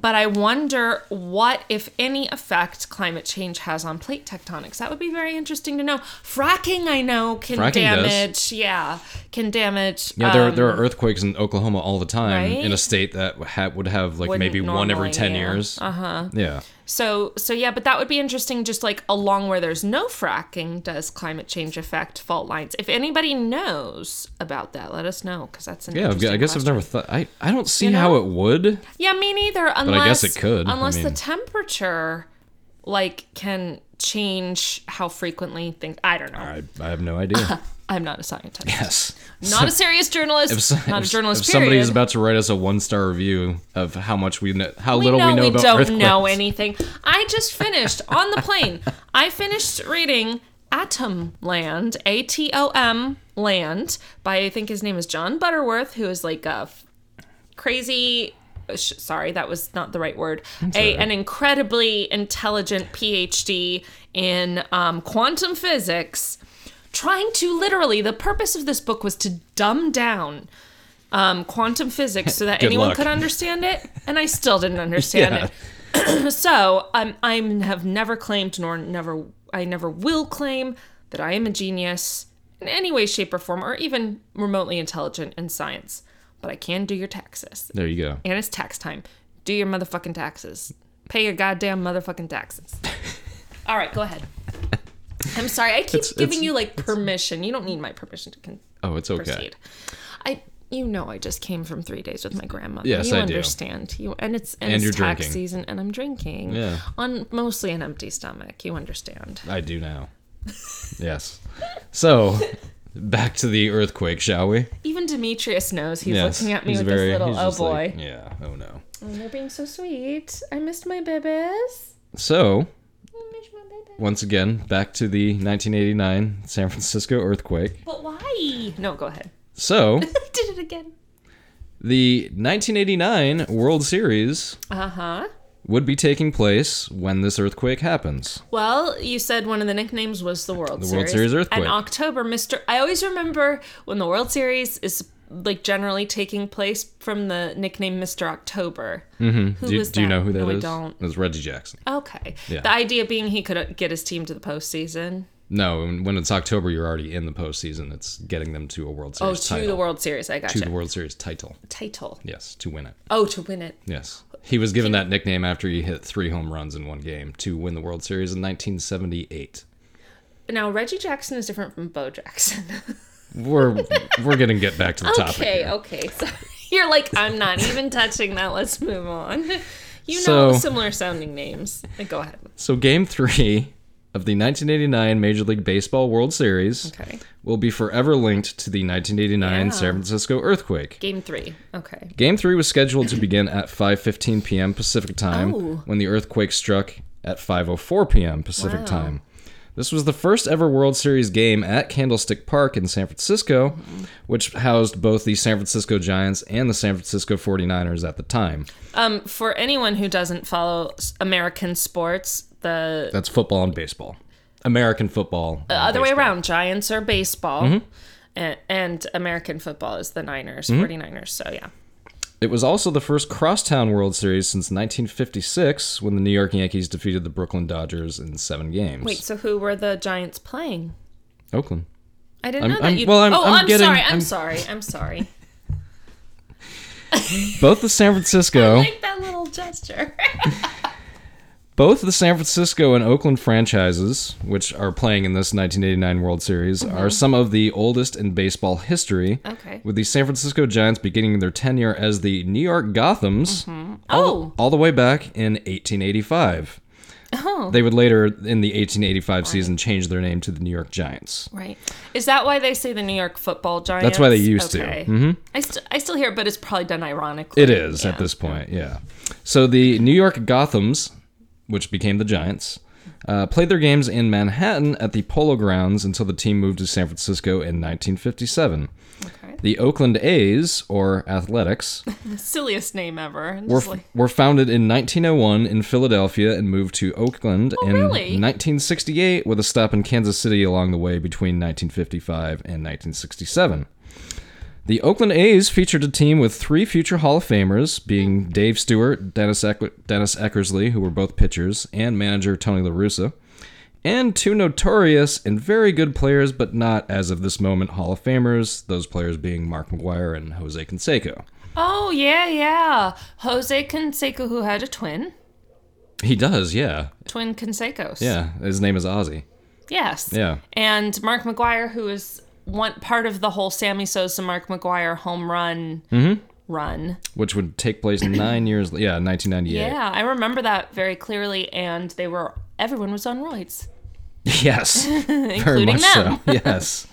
Speaker 4: but I wonder what, if any, effect climate change has on plate tectonics. That would be very interesting to know. Fracking, I know, can
Speaker 3: Fracking does.
Speaker 4: damage. Yeah, can damage.
Speaker 3: Yeah, there,
Speaker 4: um,
Speaker 3: there are earthquakes in Oklahoma all the time in
Speaker 4: Right?
Speaker 3: a state that ha- would have like
Speaker 4: Wouldn't
Speaker 3: maybe one every
Speaker 4: normally,
Speaker 3: 10
Speaker 4: yeah. Uh-huh.
Speaker 3: years. Uh huh. Yeah.
Speaker 4: So so yeah, but that would be interesting just like along where there's no fracking does climate change affect fault lines. If anybody knows about that, let us know cuz that's an
Speaker 3: Yeah, I've g-
Speaker 4: interesting
Speaker 3: I guess I've
Speaker 4: question.
Speaker 3: never thought. I, I don't see how it would.
Speaker 4: Yeah, me neither unless
Speaker 3: I guess it could, I
Speaker 4: unless the
Speaker 3: mean-
Speaker 4: temperature like can change how frequently things I don't know.
Speaker 3: I, I have no idea.
Speaker 4: I'm not a scientist.
Speaker 3: yes.
Speaker 4: Not a serious journalist.
Speaker 3: If so-
Speaker 4: not a
Speaker 3: if-
Speaker 4: journalist
Speaker 3: If somebody is
Speaker 4: period.
Speaker 3: about to write us a one star review of how much we know, how
Speaker 4: we
Speaker 3: little
Speaker 4: know
Speaker 3: we know
Speaker 4: we
Speaker 3: about
Speaker 4: don't
Speaker 3: earthquakes.
Speaker 4: know anything. I just finished on the plane. I finished reading Atom Land, A T O M Land, by I think his name is John Butterworth, who is like a f- crazy. uh, sh- Sorry, that was not the right word. A, an incredibly intelligent PhD in um, quantum physics, trying to literally, the purpose of this book was to dumb down um, quantum physics so that
Speaker 3: Good
Speaker 4: anyone
Speaker 3: luck.
Speaker 4: could understand it. And I still didn't understand
Speaker 3: Yeah.
Speaker 4: it so I'm I'm have never claimed nor never I never will claim that I am a genius in any way, shape, or form, or even remotely intelligent in science. But I can do your taxes,
Speaker 3: There you go.
Speaker 4: and it's tax time. Do your motherfucking taxes. Pay your goddamn motherfucking taxes. All right, go ahead. I'm sorry. I keep
Speaker 3: It's-
Speaker 4: giving
Speaker 3: it's-
Speaker 4: you like permission. You don't need my permission to con-
Speaker 3: Oh, it's okay.
Speaker 4: proceed. I, you know, I just came from three days with my grandmother.
Speaker 3: Yes,
Speaker 4: you
Speaker 3: I do.
Speaker 4: understand. You and it's and,
Speaker 3: And
Speaker 4: it's
Speaker 3: you're
Speaker 4: tax
Speaker 3: drinking.
Speaker 4: season, and I'm drinking.
Speaker 3: Yeah.
Speaker 4: On mostly an empty stomach. You understand.
Speaker 3: I do now. yes. So, back to the earthquake, shall we?
Speaker 4: Even Demetrius knows he's
Speaker 3: yes.
Speaker 4: looking at me
Speaker 3: He's
Speaker 4: with
Speaker 3: very-
Speaker 4: this little
Speaker 3: he's
Speaker 4: oh
Speaker 3: just
Speaker 4: boy.
Speaker 3: like, yeah. Oh no.
Speaker 4: And they're being so sweet. I missed my babies.
Speaker 3: So,
Speaker 4: I missed my babies.
Speaker 3: once again, back to the 1989 San Francisco earthquake.
Speaker 4: But why? No, go ahead.
Speaker 3: So,
Speaker 4: Did it again.
Speaker 3: the 1989 World Series
Speaker 4: Uh huh.
Speaker 3: would be taking place when this earthquake happens.
Speaker 4: Well, you said one of the nicknames was the World
Speaker 3: The
Speaker 4: Series.
Speaker 3: World Series earthquake.
Speaker 4: And October, Mr. I always remember when the World Series is like generally taking place from the nickname Mr. October. Mm-hmm. Who
Speaker 3: do
Speaker 4: was
Speaker 3: do you
Speaker 4: that?
Speaker 3: know who that is?
Speaker 4: no, I don't.
Speaker 3: It was Reggie Jackson.
Speaker 4: Okay.
Speaker 3: Yeah.
Speaker 4: The idea being he could uh, get his team to the postseason.
Speaker 3: No, when when it's October, you're already in the postseason. It's getting them to a World
Speaker 4: Oh,
Speaker 3: Series
Speaker 4: to
Speaker 3: title.
Speaker 4: the World Series. I got
Speaker 3: to
Speaker 4: gotcha.
Speaker 3: the World Series title.
Speaker 4: Title.
Speaker 3: Yes, to win it.
Speaker 4: Oh, to win it.
Speaker 3: Yes. He was given that nickname after he hit three home runs in one game to win the World Series in 1978.
Speaker 4: Now Reggie Jackson is different from Bo Jackson.
Speaker 3: We're we're gonna get back to the topic.
Speaker 4: okay.
Speaker 3: here.
Speaker 4: Okay. So you're like I'm not even touching that. Let's move on. You know
Speaker 3: So-
Speaker 4: similar sounding names. Go ahead.
Speaker 3: So game three of the 1989 Major League Baseball World Series
Speaker 4: Okay.
Speaker 3: will be forever linked to the 1989 San Francisco earthquake.
Speaker 4: Game three. Okay.
Speaker 3: Game three was scheduled to begin at 5:15 p.m. Pacific time
Speaker 4: Oh.
Speaker 3: when the earthquake struck at 5:04 p.m. Pacific time. This was the first ever World Series game at Candlestick Park in San Francisco,
Speaker 4: Mm-hmm.
Speaker 3: which housed both the San Francisco Giants and the San Francisco 49ers at the time.
Speaker 4: Um, for anyone who doesn't follow s- American sports, the
Speaker 3: That's football and baseball. American football. The
Speaker 4: Uh, other way around, Giants are baseball,
Speaker 3: Mm-hmm.
Speaker 4: and, and American football is the Niners, 49ers. So yeah.
Speaker 3: It was also the first crosstown World Series since 1956 when the New York Yankees defeated the Brooklyn Dodgers in 7 games.
Speaker 4: Wait, so who were the Giants playing?
Speaker 3: Oakland.
Speaker 4: I didn't
Speaker 3: I'm-
Speaker 4: know that
Speaker 3: I'm-
Speaker 4: you.
Speaker 3: well, I'm-
Speaker 4: oh,
Speaker 3: I'm getting-
Speaker 4: sorry. I'm,
Speaker 3: I'm-
Speaker 4: sorry. I'm sorry.
Speaker 3: Both the San Francisco
Speaker 4: Make that little gesture.
Speaker 3: Both the San Francisco and Oakland franchises, which are playing in this 1989 World Series,
Speaker 4: Mm-hmm.
Speaker 3: are some of the oldest in baseball history.
Speaker 4: Okay.
Speaker 3: With the San Francisco Giants beginning their tenure as the New York Gothams
Speaker 4: Oh,
Speaker 3: all the way back in 1885.
Speaker 4: oh,
Speaker 3: They would later, in the 1885 season, change their name to the New York Giants.
Speaker 4: right. Is that why they say the New York Football Giants?
Speaker 3: why they used to.
Speaker 4: okay. to. Mm-hmm. I, st- I still hear, it, but it's probably done ironically.
Speaker 3: It is at
Speaker 4: Yeah.
Speaker 3: this point, yeah. So the New York Gothams, which became the Giants, uh, played their games in Manhattan at the Polo Grounds until the team moved to San Francisco in 1957.
Speaker 4: Okay.
Speaker 3: The Oakland A's, or Athletics,
Speaker 4: silliest name ever. And
Speaker 3: were,
Speaker 4: just like-
Speaker 3: were founded in 1901 in Philadelphia and moved to Oakland in
Speaker 4: really?
Speaker 3: 1968 with a stop in Kansas City along the way between 1955 and 1967. The Oakland A's featured a team with three future Hall of Famers, being Dave Stewart, Dennis, Eck- Dennis Eckersley, who were both pitchers, and manager Tony La Russa, and two notorious and very good players, but not as of this moment Hall of Famers, those players being Mark McGuire and Jose Canseco.
Speaker 4: oh yeah, yeah. Jose Canseco, who had a twin,
Speaker 3: He does, yeah.
Speaker 4: twin Consecos.
Speaker 3: Yeah, his name is Ozzy.
Speaker 4: Yes.
Speaker 3: Yeah.
Speaker 4: And Mark McGuire, who is one part of the whole Sammy Sosa Mark McGuire home run
Speaker 3: Mm-hmm.
Speaker 4: run.
Speaker 3: Which would take place nine years. Yeah, 1998.
Speaker 4: Yeah. I remember that very clearly. And they were everyone was on roids,
Speaker 3: Yes, very
Speaker 4: including
Speaker 3: much
Speaker 4: them.
Speaker 3: so. Yes.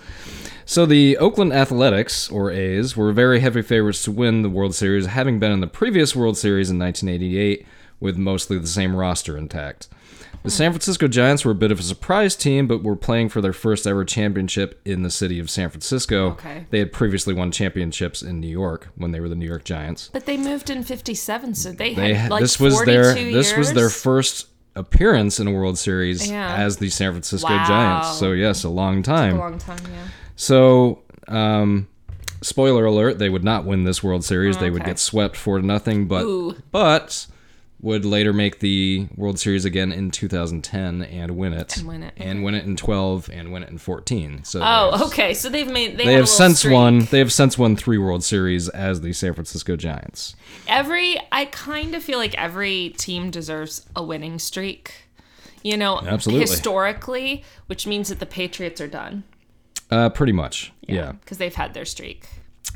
Speaker 3: So the Oakland Athletics, or A's, were very heavy favorites to win the World Series, having been in the previous World Series in 1988 with mostly the same roster intact.
Speaker 4: Hmm.
Speaker 3: The San Francisco Giants were a bit of a surprise team, but were playing for their first ever championship in the city of San Francisco.
Speaker 4: Okay.
Speaker 3: They had previously won championships in New York when they were the New York Giants.
Speaker 4: But they moved in '57, so they,
Speaker 3: They
Speaker 4: had
Speaker 3: had,
Speaker 4: like
Speaker 3: this was
Speaker 4: 42
Speaker 3: their
Speaker 4: years.
Speaker 3: this was their first appearance in a World Series
Speaker 4: Yeah.
Speaker 3: as the San Francisco
Speaker 4: Wow.
Speaker 3: Giants. So yes, a long
Speaker 4: a
Speaker 3: time.
Speaker 4: long time. Yeah.
Speaker 3: So um, spoiler alert: they would not win this World Series. They would
Speaker 4: okay.
Speaker 3: get swept four to nothing. But
Speaker 4: Ooh.
Speaker 3: but would later make the World Series again in 2010 and win it
Speaker 4: And win it,
Speaker 3: and win it in 12 and win it in 14. So there's-
Speaker 4: Oh, okay. So they've made they,
Speaker 3: They
Speaker 4: had a
Speaker 3: have
Speaker 4: little
Speaker 3: since
Speaker 4: streak.
Speaker 3: won. They have since won three World Series as the San Francisco Giants.
Speaker 4: every i kind of feel like every team deserves a winning streak you know,
Speaker 3: Absolutely.
Speaker 4: historically, which means that the Patriots are done.
Speaker 3: Uh, pretty much. yeah.
Speaker 4: Because they've had their streak.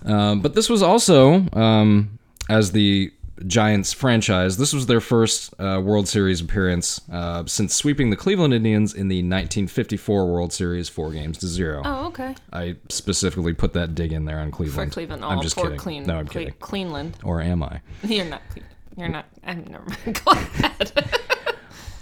Speaker 3: Um, but this was also, um, as the Giants franchise, this was their first uh, World Series appearance uh, since sweeping the Cleveland Indians in the 1954 World Series, four games to zero.
Speaker 4: Oh, okay.
Speaker 3: I specifically put that dig in there on
Speaker 4: For
Speaker 3: Cleveland.
Speaker 4: Cleveland.
Speaker 3: I'm
Speaker 4: all
Speaker 3: just
Speaker 4: for
Speaker 3: kidding.
Speaker 4: Clean,
Speaker 3: no, I'm
Speaker 4: Cle-
Speaker 3: kidding.
Speaker 4: Cleveland.
Speaker 3: Or am I?
Speaker 4: You're not Cle- You're not. I'm never mind. Go ahead.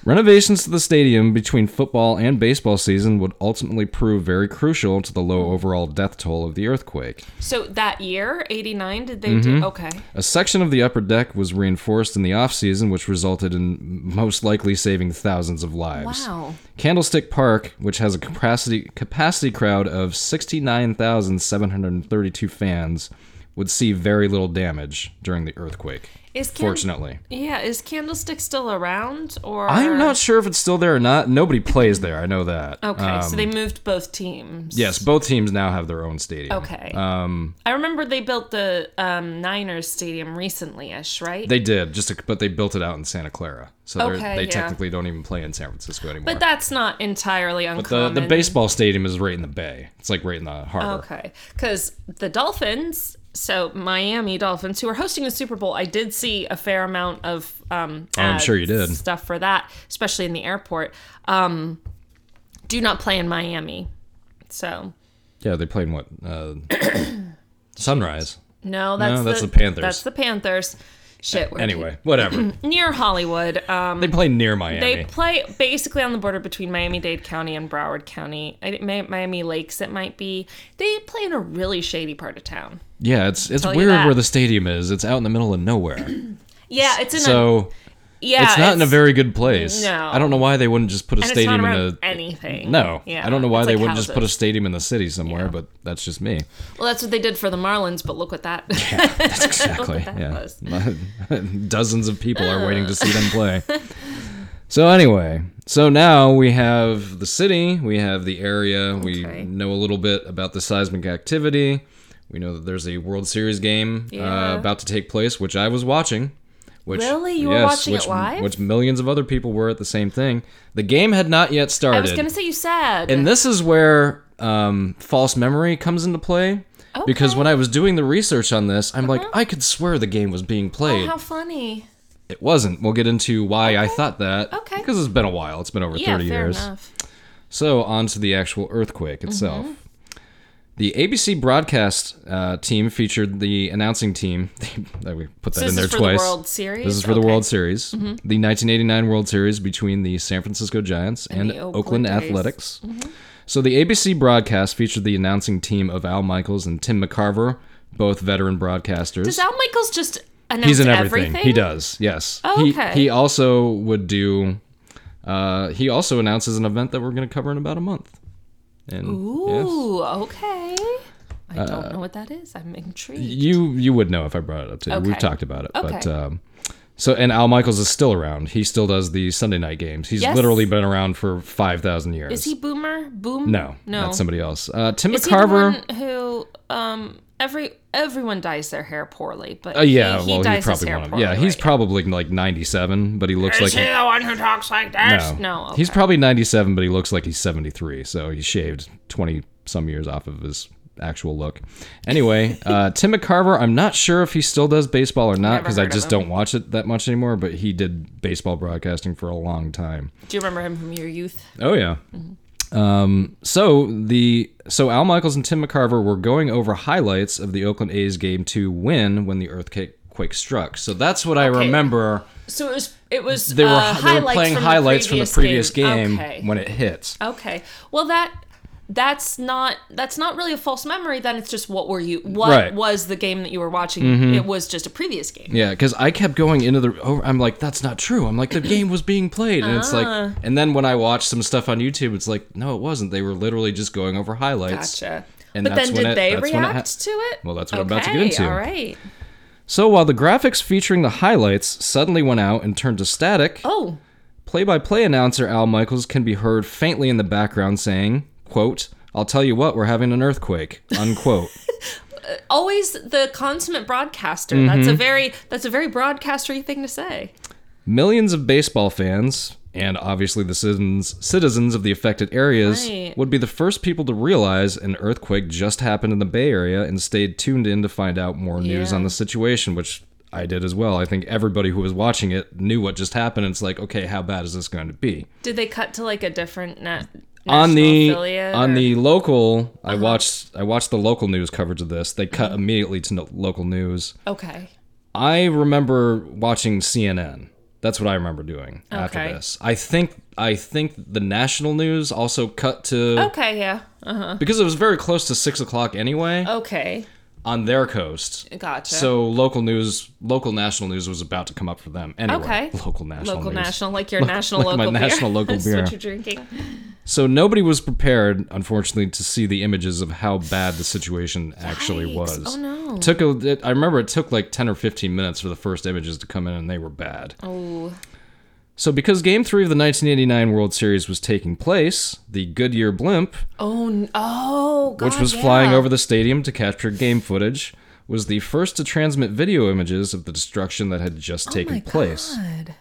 Speaker 3: Renovations to the stadium between football and baseball season would ultimately prove very crucial to the low overall death toll of the earthquake.
Speaker 4: so that year, 89, did they
Speaker 3: Mm-hmm.
Speaker 4: do? Okay.
Speaker 3: A section of the upper deck was reinforced in the off season, which resulted in most likely saving thousands of lives.
Speaker 4: Wow.
Speaker 3: Candlestick Park, which has a capacity capacity crowd of 69,732 fans, would see very little damage during the earthquake.
Speaker 4: Is Can-
Speaker 3: Fortunately,
Speaker 4: Yeah, is Candlestick still around? Or
Speaker 3: I'm not sure if it's still there or not. Nobody plays there. I know that. Uh,
Speaker 4: Okay, so they moved both teams.
Speaker 3: Um, Yes, both teams now have their own stadium.
Speaker 4: Okay.
Speaker 3: Um,
Speaker 4: I remember they built the um, Niners stadium recently-ish, right?
Speaker 3: They did, just to, but they built it out in Santa Clara, so they're
Speaker 4: Okay,
Speaker 3: they
Speaker 4: yeah.
Speaker 3: technically don't even play in San Francisco anymore.
Speaker 4: but that's not entirely
Speaker 3: the
Speaker 4: uncommon.
Speaker 3: the baseball stadium is right in the bay. It's like right in the harbor.
Speaker 4: Okay, because the Dolphins, so Miami Dolphins, who are hosting the Super Bowl, I did see a fair amount of um,
Speaker 3: Oh, I'm sure you
Speaker 4: ads,
Speaker 3: did.
Speaker 4: stuff for that, especially in the airport. Um, do not play in Miami, so
Speaker 3: Yeah, they played in what? Uh, sunrise.
Speaker 4: no, that's
Speaker 3: that's
Speaker 4: the,
Speaker 3: the Panthers.
Speaker 4: That's the Panthers. Shit. we're
Speaker 3: Anyway, whatever.
Speaker 4: near Hollywood. Um,
Speaker 3: they play near Miami.
Speaker 4: They play basically on the border between Miami Dade County and Broward County. I think Mi- Miami Lakes, it might be. They play in a really shady part of town.
Speaker 3: yeah, it's it's
Speaker 4: Tell you
Speaker 3: weird
Speaker 4: that.
Speaker 3: where the stadium is. It's out in the middle of nowhere,
Speaker 4: Yeah, it's in a.
Speaker 3: so
Speaker 4: Yeah,
Speaker 3: it's not in a very good place.
Speaker 4: No.
Speaker 3: I don't know why they wouldn't just put a
Speaker 4: And it's not
Speaker 3: stadium in
Speaker 4: around
Speaker 3: the.
Speaker 4: anything.
Speaker 3: No,
Speaker 4: Yeah,
Speaker 3: I don't know why
Speaker 4: it's
Speaker 3: they
Speaker 4: like
Speaker 3: wouldn't just put a
Speaker 4: houses.
Speaker 3: stadium in the city somewhere, but that's just me.
Speaker 4: Well, that's what they did for the Marlins, but look what that.
Speaker 3: That's exactly.
Speaker 4: that was. Uh.
Speaker 3: yeah. Dozens of people are waiting to see them play. So anyway, so now we have the city, we have the area,
Speaker 4: Okay.
Speaker 3: we know a little bit about the seismic activity. We know that there's a World Series game
Speaker 4: Yeah.
Speaker 3: uh, about to take place, which I was watching. Which,
Speaker 4: Really? You were watching it
Speaker 3: which,
Speaker 4: live?
Speaker 3: Which millions of other people were at the same thing. The game had not yet started.
Speaker 4: I was gonna say you said.
Speaker 3: And this is where um, false memory comes into play. Because
Speaker 4: Okay. Uh-huh.
Speaker 3: when I was doing the research on this, I'm like, I could swear the game was being played.
Speaker 4: Oh, How funny.
Speaker 3: it wasn't. We'll get into why I thought that.
Speaker 4: Uh-huh. Okay.
Speaker 3: Because it's been a while. It's been over
Speaker 4: Yeah,
Speaker 3: 30
Speaker 4: fair
Speaker 3: years.
Speaker 4: enough.
Speaker 3: So, on to the actual earthquake itself.
Speaker 4: Mm-hmm.
Speaker 3: The ABC broadcast uh, team featured the announcing team. we put that
Speaker 4: So
Speaker 3: in
Speaker 4: this
Speaker 3: there
Speaker 4: is for
Speaker 3: twice.
Speaker 4: the World Series.
Speaker 3: This is for the
Speaker 4: Okay. Mm-hmm.
Speaker 3: World Series, the 1989 World Series between the San Francisco Giants and,
Speaker 4: the Oakland
Speaker 3: Oakland,
Speaker 4: A's. Mm-hmm.
Speaker 3: Athletics. So the ABC broadcast featured the announcing team of Al Michaels and Tim McCarver, both veteran broadcasters.
Speaker 4: Does Al Michaels just announce
Speaker 3: He's in everything.
Speaker 4: everything?
Speaker 3: He does. Yes.
Speaker 4: Oh,
Speaker 3: He-
Speaker 4: okay.
Speaker 3: He, also would do. Uh, he also announces an event that we're going to cover in about a month. And yes. Uh,
Speaker 4: Ooh, okay. I don't know what that is. I'm intrigued.
Speaker 3: you you would know if I brought it up to you. We've
Speaker 4: Okay.
Speaker 3: talked about it, but.
Speaker 4: Okay.
Speaker 3: Um, so and Al Michaels is still around. He still does the Sunday night games. He's
Speaker 4: Yes.
Speaker 3: literally been around for five thousand years.
Speaker 4: Is he Boomer? Boom?
Speaker 3: No,
Speaker 4: no.
Speaker 3: that's somebody else. Uh, Tim
Speaker 4: Is he the
Speaker 3: McCarver.
Speaker 4: one who um every everyone dyes their hair poorly, but
Speaker 3: Uh, yeah,
Speaker 4: he,
Speaker 3: well,
Speaker 4: dyes
Speaker 3: he's probably
Speaker 4: his
Speaker 3: one
Speaker 4: hair
Speaker 3: of them. Yeah,
Speaker 4: poorly,
Speaker 3: he's
Speaker 4: right?
Speaker 3: probably like 97, but he looks like
Speaker 4: Is he the one who talks like that?
Speaker 3: No.
Speaker 4: No, okay.
Speaker 3: He's probably 97, but he looks like he's 73. So he shaved 20 some years off of his actual look. Anyway, uh, Tim McCarver, I'm not sure if he still does baseball or not
Speaker 4: Never
Speaker 3: because I
Speaker 4: heard of
Speaker 3: just
Speaker 4: him.
Speaker 3: don't watch it that much anymore, but he did baseball broadcasting for a long time.
Speaker 4: Do you remember him from your youth?
Speaker 3: Oh yeah.
Speaker 4: Mm-hmm.
Speaker 3: Um, so the so Al Michaels and Tim McCarver were going over highlights of the Oakland A's game to win when the earthquake quake struck. So that's what I remember.
Speaker 4: So it was it was
Speaker 3: They were,
Speaker 4: uh,
Speaker 3: they were
Speaker 4: highlights
Speaker 3: playing
Speaker 4: from
Speaker 3: highlights from the previous game,
Speaker 4: Okay.
Speaker 3: when it hits.
Speaker 4: okay. Well, that that's not that's not really a false memory. Then it's just what were you? What
Speaker 3: Right. Mm-hmm.
Speaker 4: was the game that you were watching? It was just a previous game.
Speaker 3: Yeah, because I kept going into the. Over, I'm like, that's not true. I'm like, the game was being played, and it's like, and then when I watched some stuff on YouTube, it's like, no, it wasn't. They were literally just going over highlights.
Speaker 4: Gotcha.
Speaker 3: And
Speaker 4: but
Speaker 3: that's
Speaker 4: then
Speaker 3: when
Speaker 4: did
Speaker 3: it-
Speaker 4: they
Speaker 3: that's when it
Speaker 4: react
Speaker 3: ha-
Speaker 4: to it?
Speaker 3: Well, that's what I'm about to get
Speaker 4: Okay,
Speaker 3: into.
Speaker 4: All right.
Speaker 3: So while the graphics featuring the highlights suddenly went out and turned to static,
Speaker 4: Oh,
Speaker 3: play-by-play announcer Al Michaels can be heard faintly in the background saying, "quote I'll tell you what, we're having an earthquake." Unquote.
Speaker 4: always the consummate broadcaster.
Speaker 3: Mm-hmm.
Speaker 4: That's a very that's a very broadcastery thing to say.
Speaker 3: Millions of baseball fans and obviously the citizens citizens of the affected areas
Speaker 4: Right.
Speaker 3: would be the first people to realize an earthquake just happened in the Bay Area and stayed tuned in to find out more news
Speaker 4: Yeah.
Speaker 3: on the situation, which I did as well. I think everybody who was watching it knew what just happened. It's like, okay, how bad is this going to be?
Speaker 4: Did they cut to like a different net?
Speaker 3: on the
Speaker 4: affiliate
Speaker 3: on
Speaker 4: or- Uh-huh.
Speaker 3: the local, I watched I watched the local news coverage of this. They cut
Speaker 4: Mm-hmm.
Speaker 3: immediately to no- local news.
Speaker 4: okay.
Speaker 3: I remember watching CNN. That's what I remember doing after
Speaker 4: Okay.
Speaker 3: this. I think I think the national news also cut to
Speaker 4: Okay, yeah. Uh-huh.
Speaker 3: because it was very close to six o'clock anyway
Speaker 4: Okay,
Speaker 3: on their coast.
Speaker 4: Oh. gotcha.
Speaker 3: So local news, local national news was about to come up for them anyway.
Speaker 4: Okay.
Speaker 3: Local national
Speaker 4: local
Speaker 3: news.
Speaker 4: national, like your national
Speaker 3: like my
Speaker 4: local beer.
Speaker 3: national local
Speaker 4: That's
Speaker 3: beer.
Speaker 4: what you're drinking.
Speaker 3: So nobody was prepared, unfortunately, to see the images of how bad the situation actually
Speaker 4: Yikes.
Speaker 3: was.
Speaker 4: Oh, no.
Speaker 3: It took a, it, I remember it took like ten or fifteen minutes for the first images to come in, and they were bad.
Speaker 4: Oh,
Speaker 3: So, because Game 3 of the 1989 World Series was taking place, the Goodyear blimp,
Speaker 4: oh, n- oh, God,
Speaker 3: which was
Speaker 4: yeah.
Speaker 3: flying over the stadium to capture game footage, was the first to transmit video images of the destruction that had just taken
Speaker 4: Oh My
Speaker 3: place.
Speaker 4: God.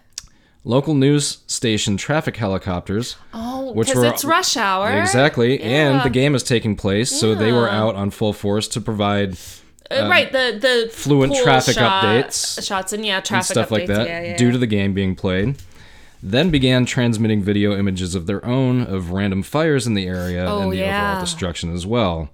Speaker 3: Local news station traffic helicopters,
Speaker 4: Oh,
Speaker 3: Which
Speaker 4: because
Speaker 3: were-
Speaker 4: it's rush hour.
Speaker 3: exactly, and
Speaker 4: Yeah.
Speaker 3: the game is taking place, so they were out on full force to provide
Speaker 4: Uh, right, the the
Speaker 3: fluent
Speaker 4: pool
Speaker 3: traffic
Speaker 4: shot-
Speaker 3: updates
Speaker 4: shots, and yeah, traffic
Speaker 3: stuff
Speaker 4: updates,
Speaker 3: like that
Speaker 4: Yeah, yeah,
Speaker 3: due
Speaker 4: yeah.
Speaker 3: to the game being played. Then began transmitting video images of their own of random fires in the area and the
Speaker 4: Oh, yeah.
Speaker 3: overall destruction as well.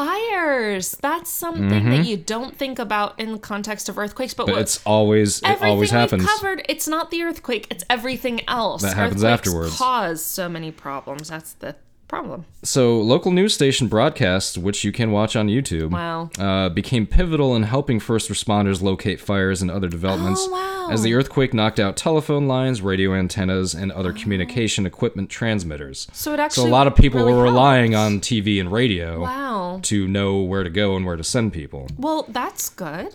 Speaker 4: fires. That's something that you don't think about in the context of earthquakes, but,
Speaker 3: Mm-hmm. But
Speaker 4: what-
Speaker 3: it's always it
Speaker 4: everything
Speaker 3: always happens.
Speaker 4: we've covered. It's not the earthquake; it's everything else.
Speaker 3: That happens
Speaker 4: Earthquakes
Speaker 3: afterwards.
Speaker 4: Cause so many problems. That's the problem.
Speaker 3: So local news station broadcasts, which you can watch on YouTube,
Speaker 4: Wow.
Speaker 3: uh, became pivotal in helping first responders locate fires and other developments.
Speaker 4: Oh, wow.
Speaker 3: As the earthquake knocked out telephone lines, radio antennas, and other communication equipment transmitters.
Speaker 4: So it Oh. actually.
Speaker 3: So a lot of people
Speaker 4: really
Speaker 3: were
Speaker 4: helped.
Speaker 3: relying on TV and radio.
Speaker 4: Wow.
Speaker 3: to know where to go and where to send people.
Speaker 4: Well, that's good.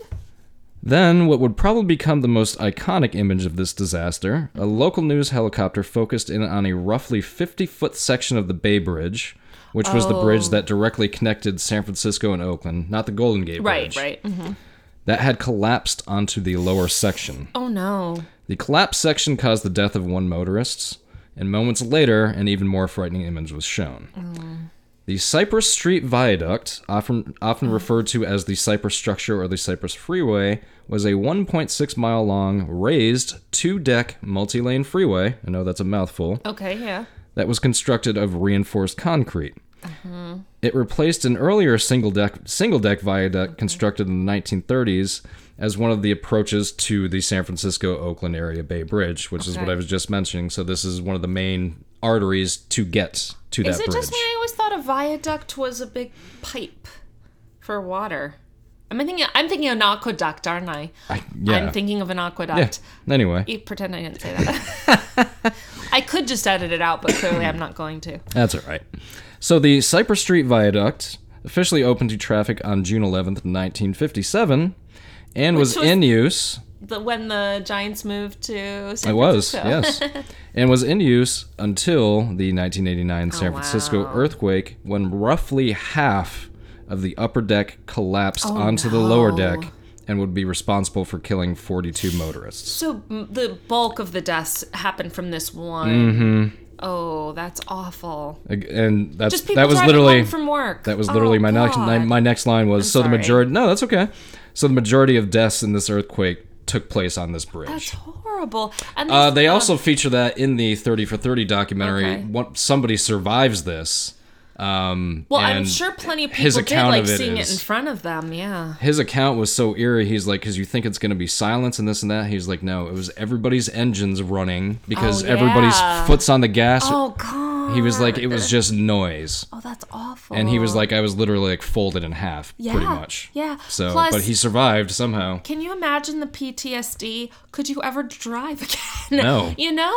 Speaker 3: Then, what would probably become the most iconic image of this disaster, a local news helicopter focused in on a roughly 50 foot section of the Bay Bridge, which was the
Speaker 4: Oh.
Speaker 3: bridge that directly connected San Francisco and Oakland, not the Golden Gate
Speaker 4: Right,
Speaker 3: Bridge,
Speaker 4: right. Mhm.
Speaker 3: that had collapsed onto the lower section.
Speaker 4: Oh no.
Speaker 3: The collapsed section caused the death of one motorist, and moments later, an even more frightening image was shown. The Cypress Street Viaduct, often, often referred to as the Cypress Structure or the Cypress Freeway, was a 1.6 mile long raised two deck multi lane freeway. I know that's a mouthful
Speaker 4: Okay, yeah.
Speaker 3: that was constructed of reinforced concrete.
Speaker 4: Mm-hmm.
Speaker 3: It replaced an earlier single deck single deck viaduct constructed in the 1930s as one of the approaches to the San Francisco Oakland area Bay Bridge, which is what
Speaker 4: Okay.
Speaker 3: I was just mentioning. So this is one of the main arteries to get to
Speaker 4: Is
Speaker 3: that
Speaker 4: it
Speaker 3: bridge.
Speaker 4: just me? I always thought a viaduct was a big pipe for water. I'm thinking. I'm thinking of an aqueduct, aren't I?
Speaker 3: I- yeah.
Speaker 4: I'm thinking of an aqueduct.
Speaker 3: anyway,
Speaker 4: You E, pretend I didn't say that. I could just edit it out, but clearly I'm not going to.
Speaker 3: That's all right. So the Cypress Street Viaduct officially opened to traffic on June 11th, 1957, and was,
Speaker 4: was-
Speaker 3: in use.
Speaker 4: The, when the Giants moved to San
Speaker 3: It was,
Speaker 4: Francisco.
Speaker 3: yes. and was in use until the 1989 San
Speaker 4: Oh, wow.
Speaker 3: Francisco earthquake when roughly half of the upper deck collapsed onto the lower
Speaker 4: Oh, no.
Speaker 3: deck and would be responsible for killing 42 motorists.
Speaker 4: So m- the bulk of the deaths happened from this one. Oh, that's awful.
Speaker 3: Ag- And that's
Speaker 4: Just people
Speaker 3: Mm-hmm. that was
Speaker 4: driving
Speaker 3: literally
Speaker 4: home from work.
Speaker 3: that was literally
Speaker 4: Oh,
Speaker 3: my next
Speaker 4: God.
Speaker 3: my, my next line was so the
Speaker 4: sorry.
Speaker 3: majority No, that's okay. So the majority of deaths in this earthquake took place on this bridge.
Speaker 4: That's horrible. And
Speaker 3: Uh,
Speaker 4: this-
Speaker 3: they also feature that in the 30 for 30 documentary.
Speaker 4: Okay.
Speaker 3: One, somebody survives this. Um,
Speaker 4: well, I'm
Speaker 3: and
Speaker 4: sure plenty of people
Speaker 3: his
Speaker 4: did
Speaker 3: account
Speaker 4: like
Speaker 3: of it
Speaker 4: seeing it in
Speaker 3: is-
Speaker 4: front of them. Yeah.
Speaker 3: His account was so eerie. He's like, because you think it's going to be silence and this and that. He's like, no, it was everybody's engines running because
Speaker 4: Oh,
Speaker 3: everybody's
Speaker 4: yeah.
Speaker 3: foot's on the gas.
Speaker 4: Oh God.
Speaker 3: He was like, it was just noise.
Speaker 4: Oh, that's awful.
Speaker 3: And he was like, I was literally like folded in half, pretty
Speaker 4: Oh. Yeah,
Speaker 3: much.
Speaker 4: yeah.
Speaker 3: So,
Speaker 4: Plus-
Speaker 3: but he survived somehow.
Speaker 4: Can you imagine the PTSD? Could you ever drive again?
Speaker 3: No.
Speaker 4: you know,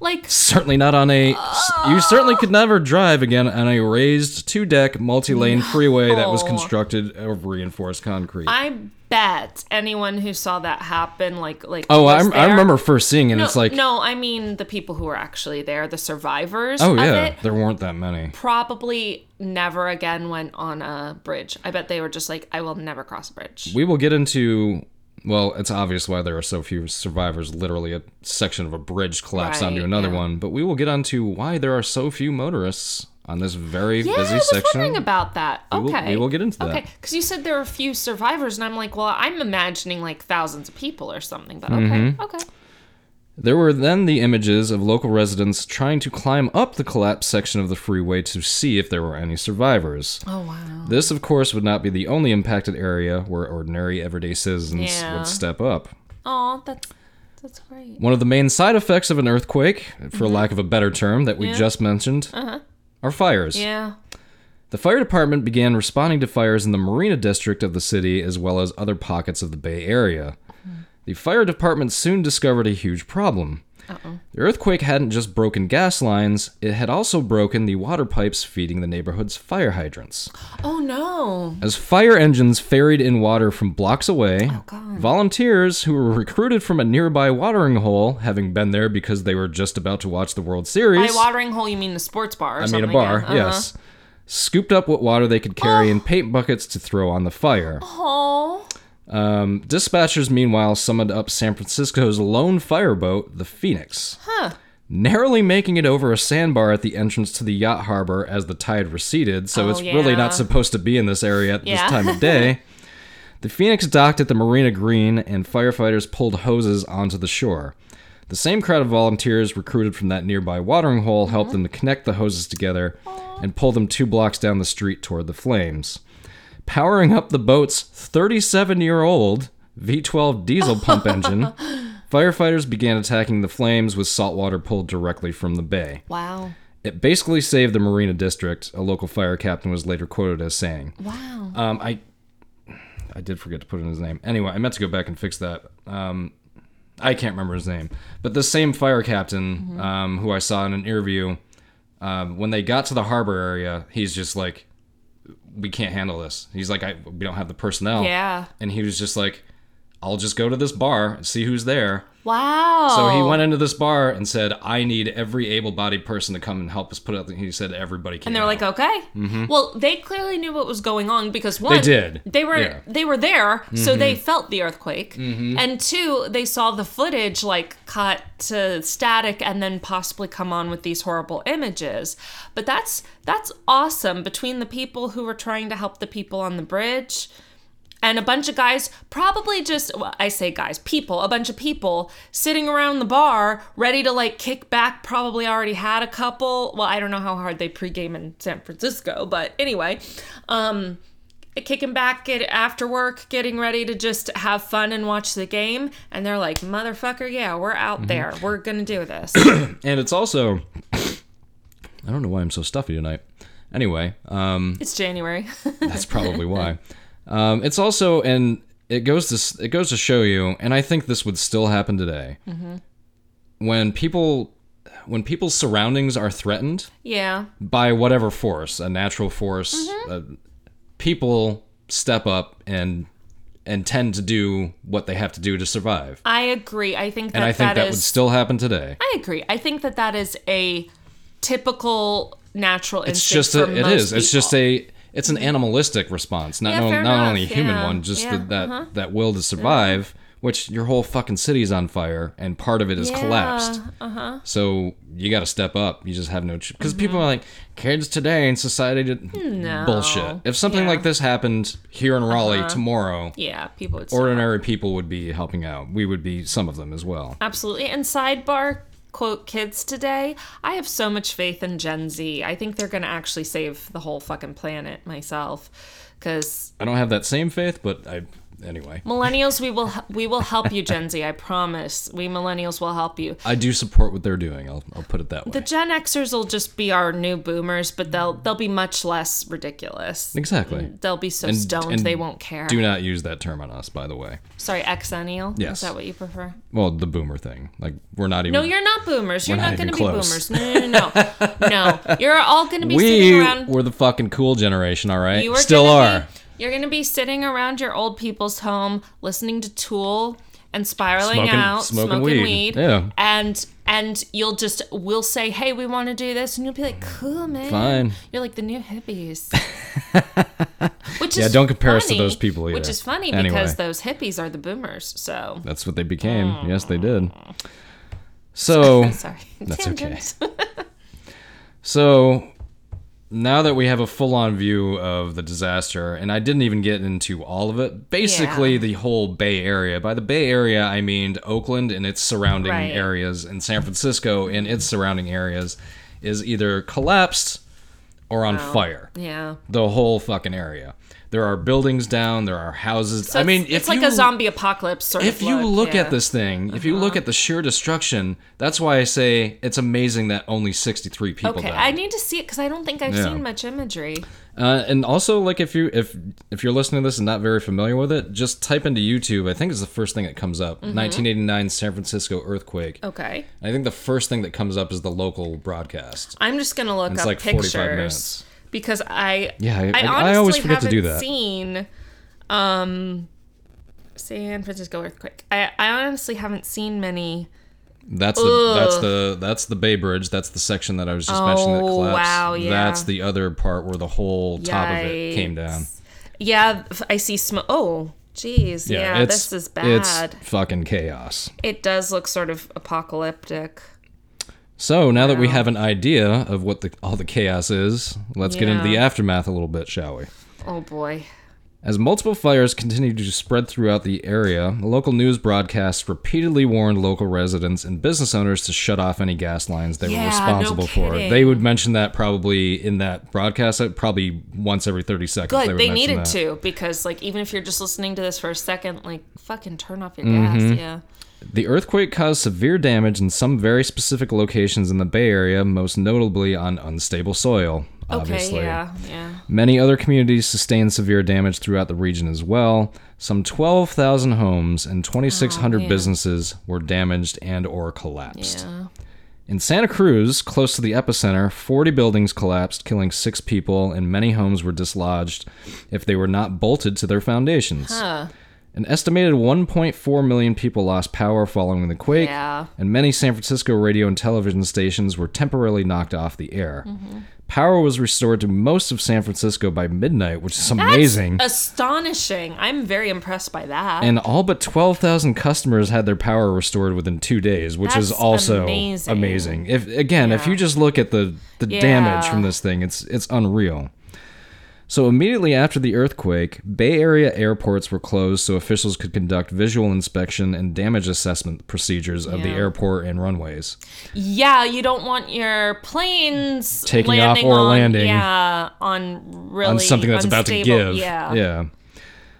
Speaker 4: like
Speaker 3: Certainly not on a. s-
Speaker 4: Oh.
Speaker 3: You certainly could never drive again on a raised two deck, multi lane freeway that was
Speaker 4: No.
Speaker 3: constructed of reinforced concrete.
Speaker 4: I bet anyone who saw that happen, like like
Speaker 3: oh, I,
Speaker 4: was
Speaker 3: I
Speaker 4: there-
Speaker 3: remember first seeing it. and
Speaker 4: No,
Speaker 3: it's like,
Speaker 4: no, I mean the people who were actually there, the survivors.
Speaker 3: oh,
Speaker 4: of
Speaker 3: yeah,
Speaker 4: it,
Speaker 3: there weren't that many.
Speaker 4: probably never again went on a bridge. I bet they were just like, I will never cross a bridge.
Speaker 3: We will get into Well, it's obvious why there are so few survivors. Literally, a section of a bridge collapsed onto
Speaker 4: Right,
Speaker 3: another
Speaker 4: yeah.
Speaker 3: one. But we will get onto why there are so few motorists on this very
Speaker 4: Yeah,
Speaker 3: busy
Speaker 4: I was
Speaker 3: section.
Speaker 4: wondering about that. Okay,
Speaker 3: will- we will get into
Speaker 4: okay.
Speaker 3: that.
Speaker 4: because you said there were few survivors, and I'm like, well, I'm imagining like thousands of people or something. But okay,
Speaker 3: Mm-hmm.
Speaker 4: okay,
Speaker 3: There were then the images of local residents trying to climb up the collapsed section of the freeway to see if there were any survivors.
Speaker 4: oh wow,
Speaker 3: This, of course, would not be the only impacted area where ordinary everyday citizens
Speaker 4: Yeah.
Speaker 3: would step up.
Speaker 4: oh that's that's great.
Speaker 3: One of the main side effects of an earthquake, for
Speaker 4: Mm-hmm.
Speaker 3: lack of a better term, that we just mentioned, are fires.
Speaker 4: Uh-huh. Yeah,
Speaker 3: The fire department began responding to fires in the marina district of the city as well as other pockets of the Bay Area. The fire department soon discovered a huge problem. The earthquake hadn't just broken gas lines, it had also broken the water pipes feeding the neighborhood's fire hydrants.
Speaker 4: oh no,
Speaker 3: As fire engines ferried in water from blocks away, volunteers who were recruited from a nearby watering hole, having been there because they were just about to watch the World
Speaker 4: by
Speaker 3: Series,
Speaker 4: watering hole you mean the sports bar? Or
Speaker 3: I mean
Speaker 4: something
Speaker 3: a bar,
Speaker 4: yeah. Uh-huh.
Speaker 3: yes, scooped up what water they could carry in paint buckets to throw on the fire.
Speaker 4: Oh,
Speaker 3: Um, dispatchers, meanwhile, summoned up San Francisco's lone fireboat, the Phoenix. Narrowly making it over a sandbar at the entrance to the yacht harbor as the tide receded, so
Speaker 4: Oh,
Speaker 3: it's really
Speaker 4: yeah.
Speaker 3: not supposed to be in this area at
Speaker 4: Yeah.
Speaker 3: this time of day. the Phoenix docked at the Marina Green, and firefighters pulled hoses onto the shore. The same crowd of volunteers recruited from that nearby watering hole helped them to connect the hoses together and pull them two blocks down the street toward the flames powering up the boat's 37 year old V12 diesel pump engine, firefighters began attacking the flames with salt water pulled directly from the bay.
Speaker 4: wow,
Speaker 3: It basically saved the marina district, a local fire captain was later quoted as saying.
Speaker 4: wow.
Speaker 3: Um, I. I did forget to put in his name. Anyway, I meant to go back and fix that. Um, I can't remember his name, but the same fire captain um, who I saw in an interview, um, when they got to the harbor area, he's just like, "We can't handle this." He's like, I, "We don't have the personnel."
Speaker 4: Yeah.
Speaker 3: and he was just like, "I'll just go to this bar and see who's there."
Speaker 4: Wow.
Speaker 3: So he went into this bar and said, "I need every able-bodied person to come and help us put up." the-" He said, "Everybody can."
Speaker 4: And they're like, okay.
Speaker 3: Mm-hmm.
Speaker 4: Well, they clearly knew what was going on because one,
Speaker 3: did.
Speaker 4: They were
Speaker 3: Yeah. Mm-hmm.
Speaker 4: they were there, so they felt the earthquake. And two, they saw the footage like cut to static and then possibly come on with these horrible images. But that's that's awesome between the people who were trying to help the people on the bridge and a bunch of guys, probably just, well, I say guys, people, a bunch of people sitting around the bar ready to like kick back, probably already had a couple. Well, I don't know how hard they pregame in San Francisco, but anyway, um, kicking back get after work, getting ready to just have fun and watch the game. And they're like, motherfucker, yeah, we're out
Speaker 3: Mm-hmm.
Speaker 4: there. We're going to do this.
Speaker 3: And it's also I don't know why I'm so stuffy tonight. Anyway, um,
Speaker 4: it's January.
Speaker 3: that's probably why. Um, it's also and it goes to s- it goes to show you, and I think this would still happen today
Speaker 4: Mm-hmm.
Speaker 3: when people when people's surroundings are threatened
Speaker 4: yeah.
Speaker 3: by whatever force, a natural force,
Speaker 4: Mm-hmm.
Speaker 3: uh, people step up and and tend to do what they have to do to survive.
Speaker 4: I agree. I think that
Speaker 3: And I think that
Speaker 4: is-
Speaker 3: would still happen today.
Speaker 4: I agree. I think that that is a typical natural
Speaker 3: it's
Speaker 4: instinct.
Speaker 3: just
Speaker 4: for
Speaker 3: a, it
Speaker 4: most
Speaker 3: is it's just
Speaker 4: people.
Speaker 3: a it's an animalistic response not
Speaker 4: Yeah,
Speaker 3: no-
Speaker 4: fair
Speaker 3: not
Speaker 4: enough,
Speaker 3: only a human
Speaker 4: yeah,
Speaker 3: one just
Speaker 4: yeah, uh-huh.
Speaker 3: the, that that will to survive which your whole fucking city's on fire and part of it is collapsed
Speaker 4: Yeah, uh-huh. Mm-hmm.
Speaker 3: so you got to step up you just have no because people are like kids today in society did bullshit if something
Speaker 4: Yeah. Uh-huh.
Speaker 3: like this happened here in raleigh tomorrow
Speaker 4: Yeah, people would. say
Speaker 3: ordinary people would be helping out we would be some of them as well
Speaker 4: Absolutely. And sidebar quote kids today i have so much faith in gen z i think they're going to actually save the whole fucking planet myself because
Speaker 3: i don't have that same faith but i anyway
Speaker 4: millennials we will we will help you gen z i promise we millennials will help you
Speaker 3: i do support what they're doing i'll, I'll put it that way
Speaker 4: the gen xers will just be our new boomers but they'll they'll be much less ridiculous
Speaker 3: exactly
Speaker 4: they'll be so
Speaker 3: And-
Speaker 4: stoned
Speaker 3: and
Speaker 4: they won't care
Speaker 3: Do not use that term on us, by the way.
Speaker 4: Sorry, exennial.
Speaker 3: Yes.
Speaker 4: Is that what you prefer?
Speaker 3: Well, the boomer thing. Like, we're not even.
Speaker 4: No, you're not boomers. You're
Speaker 3: We're
Speaker 4: not,
Speaker 3: not
Speaker 4: going to
Speaker 3: even
Speaker 4: be
Speaker 3: close.
Speaker 4: boomers. No, no, no, no. no. You're all going to be
Speaker 3: we
Speaker 4: sitting around.
Speaker 3: were the fucking cool generation, all right?
Speaker 4: you
Speaker 3: Still
Speaker 4: gonna
Speaker 3: are.
Speaker 4: be- you're going to be sitting around your old people's home, listening to Tool and spiraling
Speaker 3: Smoking-
Speaker 4: out,
Speaker 3: smoking weed. Yeah.
Speaker 4: And and you'll just we'll say, hey, we want to do this, and you'll be like, cool, man.
Speaker 3: Fine.
Speaker 4: You're like the new hippies. Which Which
Speaker 3: Yeah,
Speaker 4: is
Speaker 3: don't compare us to
Speaker 4: funny-
Speaker 3: those people either.
Speaker 4: Which is funny
Speaker 3: Anyway.
Speaker 4: because those hippies are the boomers. So
Speaker 3: That's what they became. Yes, they did. So,
Speaker 4: sorry.
Speaker 3: That's okay.
Speaker 4: Tangent.
Speaker 3: so now that we have a full-on view of the disaster, and I didn't even get into all of it. Basically,
Speaker 4: Yeah.
Speaker 3: the whole Bay Area. By the Bay Area, I mean Oakland and its surrounding
Speaker 4: Right.
Speaker 3: areas, and San Francisco and its surrounding areas, is either collapsed or on fire.
Speaker 4: Yeah.
Speaker 3: The whole fucking area. There are buildings down. There are houses.
Speaker 4: So
Speaker 3: I mean,
Speaker 4: it's,
Speaker 3: if
Speaker 4: it's like
Speaker 3: you-
Speaker 4: a zombie apocalypse sort
Speaker 3: if
Speaker 4: of
Speaker 3: you look
Speaker 4: yeah. Uh-huh.
Speaker 3: at this thing, if you look at the sheer destruction, that's why I say it's amazing that only 63 people
Speaker 4: Okay,
Speaker 3: died.
Speaker 4: I need to see it because I don't think I've
Speaker 3: Yeah.
Speaker 4: seen much imagery.
Speaker 3: Uh, and also, like, if you if if you're listening to this and not very familiar with it, just type into YouTube. I think it's the first thing that comes up.
Speaker 4: Mm-hmm.
Speaker 3: 1989 San Francisco earthquake.
Speaker 4: Okay,
Speaker 3: I think the first thing that comes up is the local broadcast.
Speaker 4: I'm just gonna look
Speaker 3: It's
Speaker 4: up
Speaker 3: like 45
Speaker 4: pictures
Speaker 3: minutes.
Speaker 4: because I
Speaker 3: Yeah, I-
Speaker 4: I,
Speaker 3: I- I
Speaker 4: honestly
Speaker 3: always forget to
Speaker 4: haven't
Speaker 3: do that.
Speaker 4: Seen um San Francisco earthquake. I I honestly haven't seen many.
Speaker 3: That's the that's the that's the Bay Bridge. That's the section that I was just mentioning that
Speaker 4: Oh,
Speaker 3: collapsed.
Speaker 4: wow, yeah.
Speaker 3: That's the other part where the whole top of it came down.
Speaker 4: Yeah, f- I see smoke. Oh, geez, yeah,
Speaker 3: it's-
Speaker 4: this is
Speaker 3: It's
Speaker 4: bad.
Speaker 3: fucking chaos.
Speaker 4: It does look sort of apocalyptic.
Speaker 3: So now that we have an idea of what the, all the chaos is, let's get into
Speaker 4: Yeah.
Speaker 3: the aftermath a little bit, shall we?
Speaker 4: Oh boy.
Speaker 3: As multiple fires continued to spread throughout the area, local news broadcasts repeatedly warned local residents and business owners to shut off any gas lines they
Speaker 4: Yeah,
Speaker 3: were
Speaker 4: no
Speaker 3: responsible for.
Speaker 4: kidding.
Speaker 3: They would mention that probably in that broadcast, uh, probably once every 30 seconds.
Speaker 4: Good.
Speaker 3: would
Speaker 4: They,
Speaker 3: mention
Speaker 4: needed
Speaker 3: that.
Speaker 4: to because, like, even if you're just listening to this for a second, like, fucking turn off your
Speaker 3: Mm-hmm.
Speaker 4: gas. Yeah.
Speaker 3: The earthquake caused severe damage in some very specific locations in the Bay Area, most notably on unstable soil. Obviously.
Speaker 4: Okay. Yeah. Yeah.
Speaker 3: Many other communities sustained severe damage throughout the region as well. Some 12,000 homes and 2,600
Speaker 4: man.
Speaker 3: businesses were damaged and or collapsed.
Speaker 4: Oh, Yeah.
Speaker 3: In Santa Cruz, close to the epicenter, 40 buildings collapsed, killing 6 people and many homes were dislodged if they were not bolted to their foundations.
Speaker 4: Huh.
Speaker 3: An estimated 1.4 million people lost power following the quake,
Speaker 4: Yeah.
Speaker 3: and many San Francisco radio and television stations were temporarily knocked off the air. Power was restored to most of San Francisco by midnight, which is amazing.
Speaker 4: Astonishing. I'm very impressed by that.
Speaker 3: and all but 12,000 customers had their power restored within 2 days, which is
Speaker 4: That's
Speaker 3: also
Speaker 4: amazing.
Speaker 3: amazing. If again, if you just look at the the damage
Speaker 4: Yeah.
Speaker 3: from this thing, it's it's unreal. So immediately after the earthquake, Bay Area airports were closed so officials could conduct visual inspection and damage assessment procedures of the
Speaker 4: Yeah.
Speaker 3: airport and runways.
Speaker 4: yeah, you don't want your planes
Speaker 3: Taking off
Speaker 4: landing
Speaker 3: or
Speaker 4: on,
Speaker 3: landing.
Speaker 4: Yeah, on really
Speaker 3: on something that's about to
Speaker 4: unstable-
Speaker 3: give.
Speaker 4: Yeah.
Speaker 3: Yeah.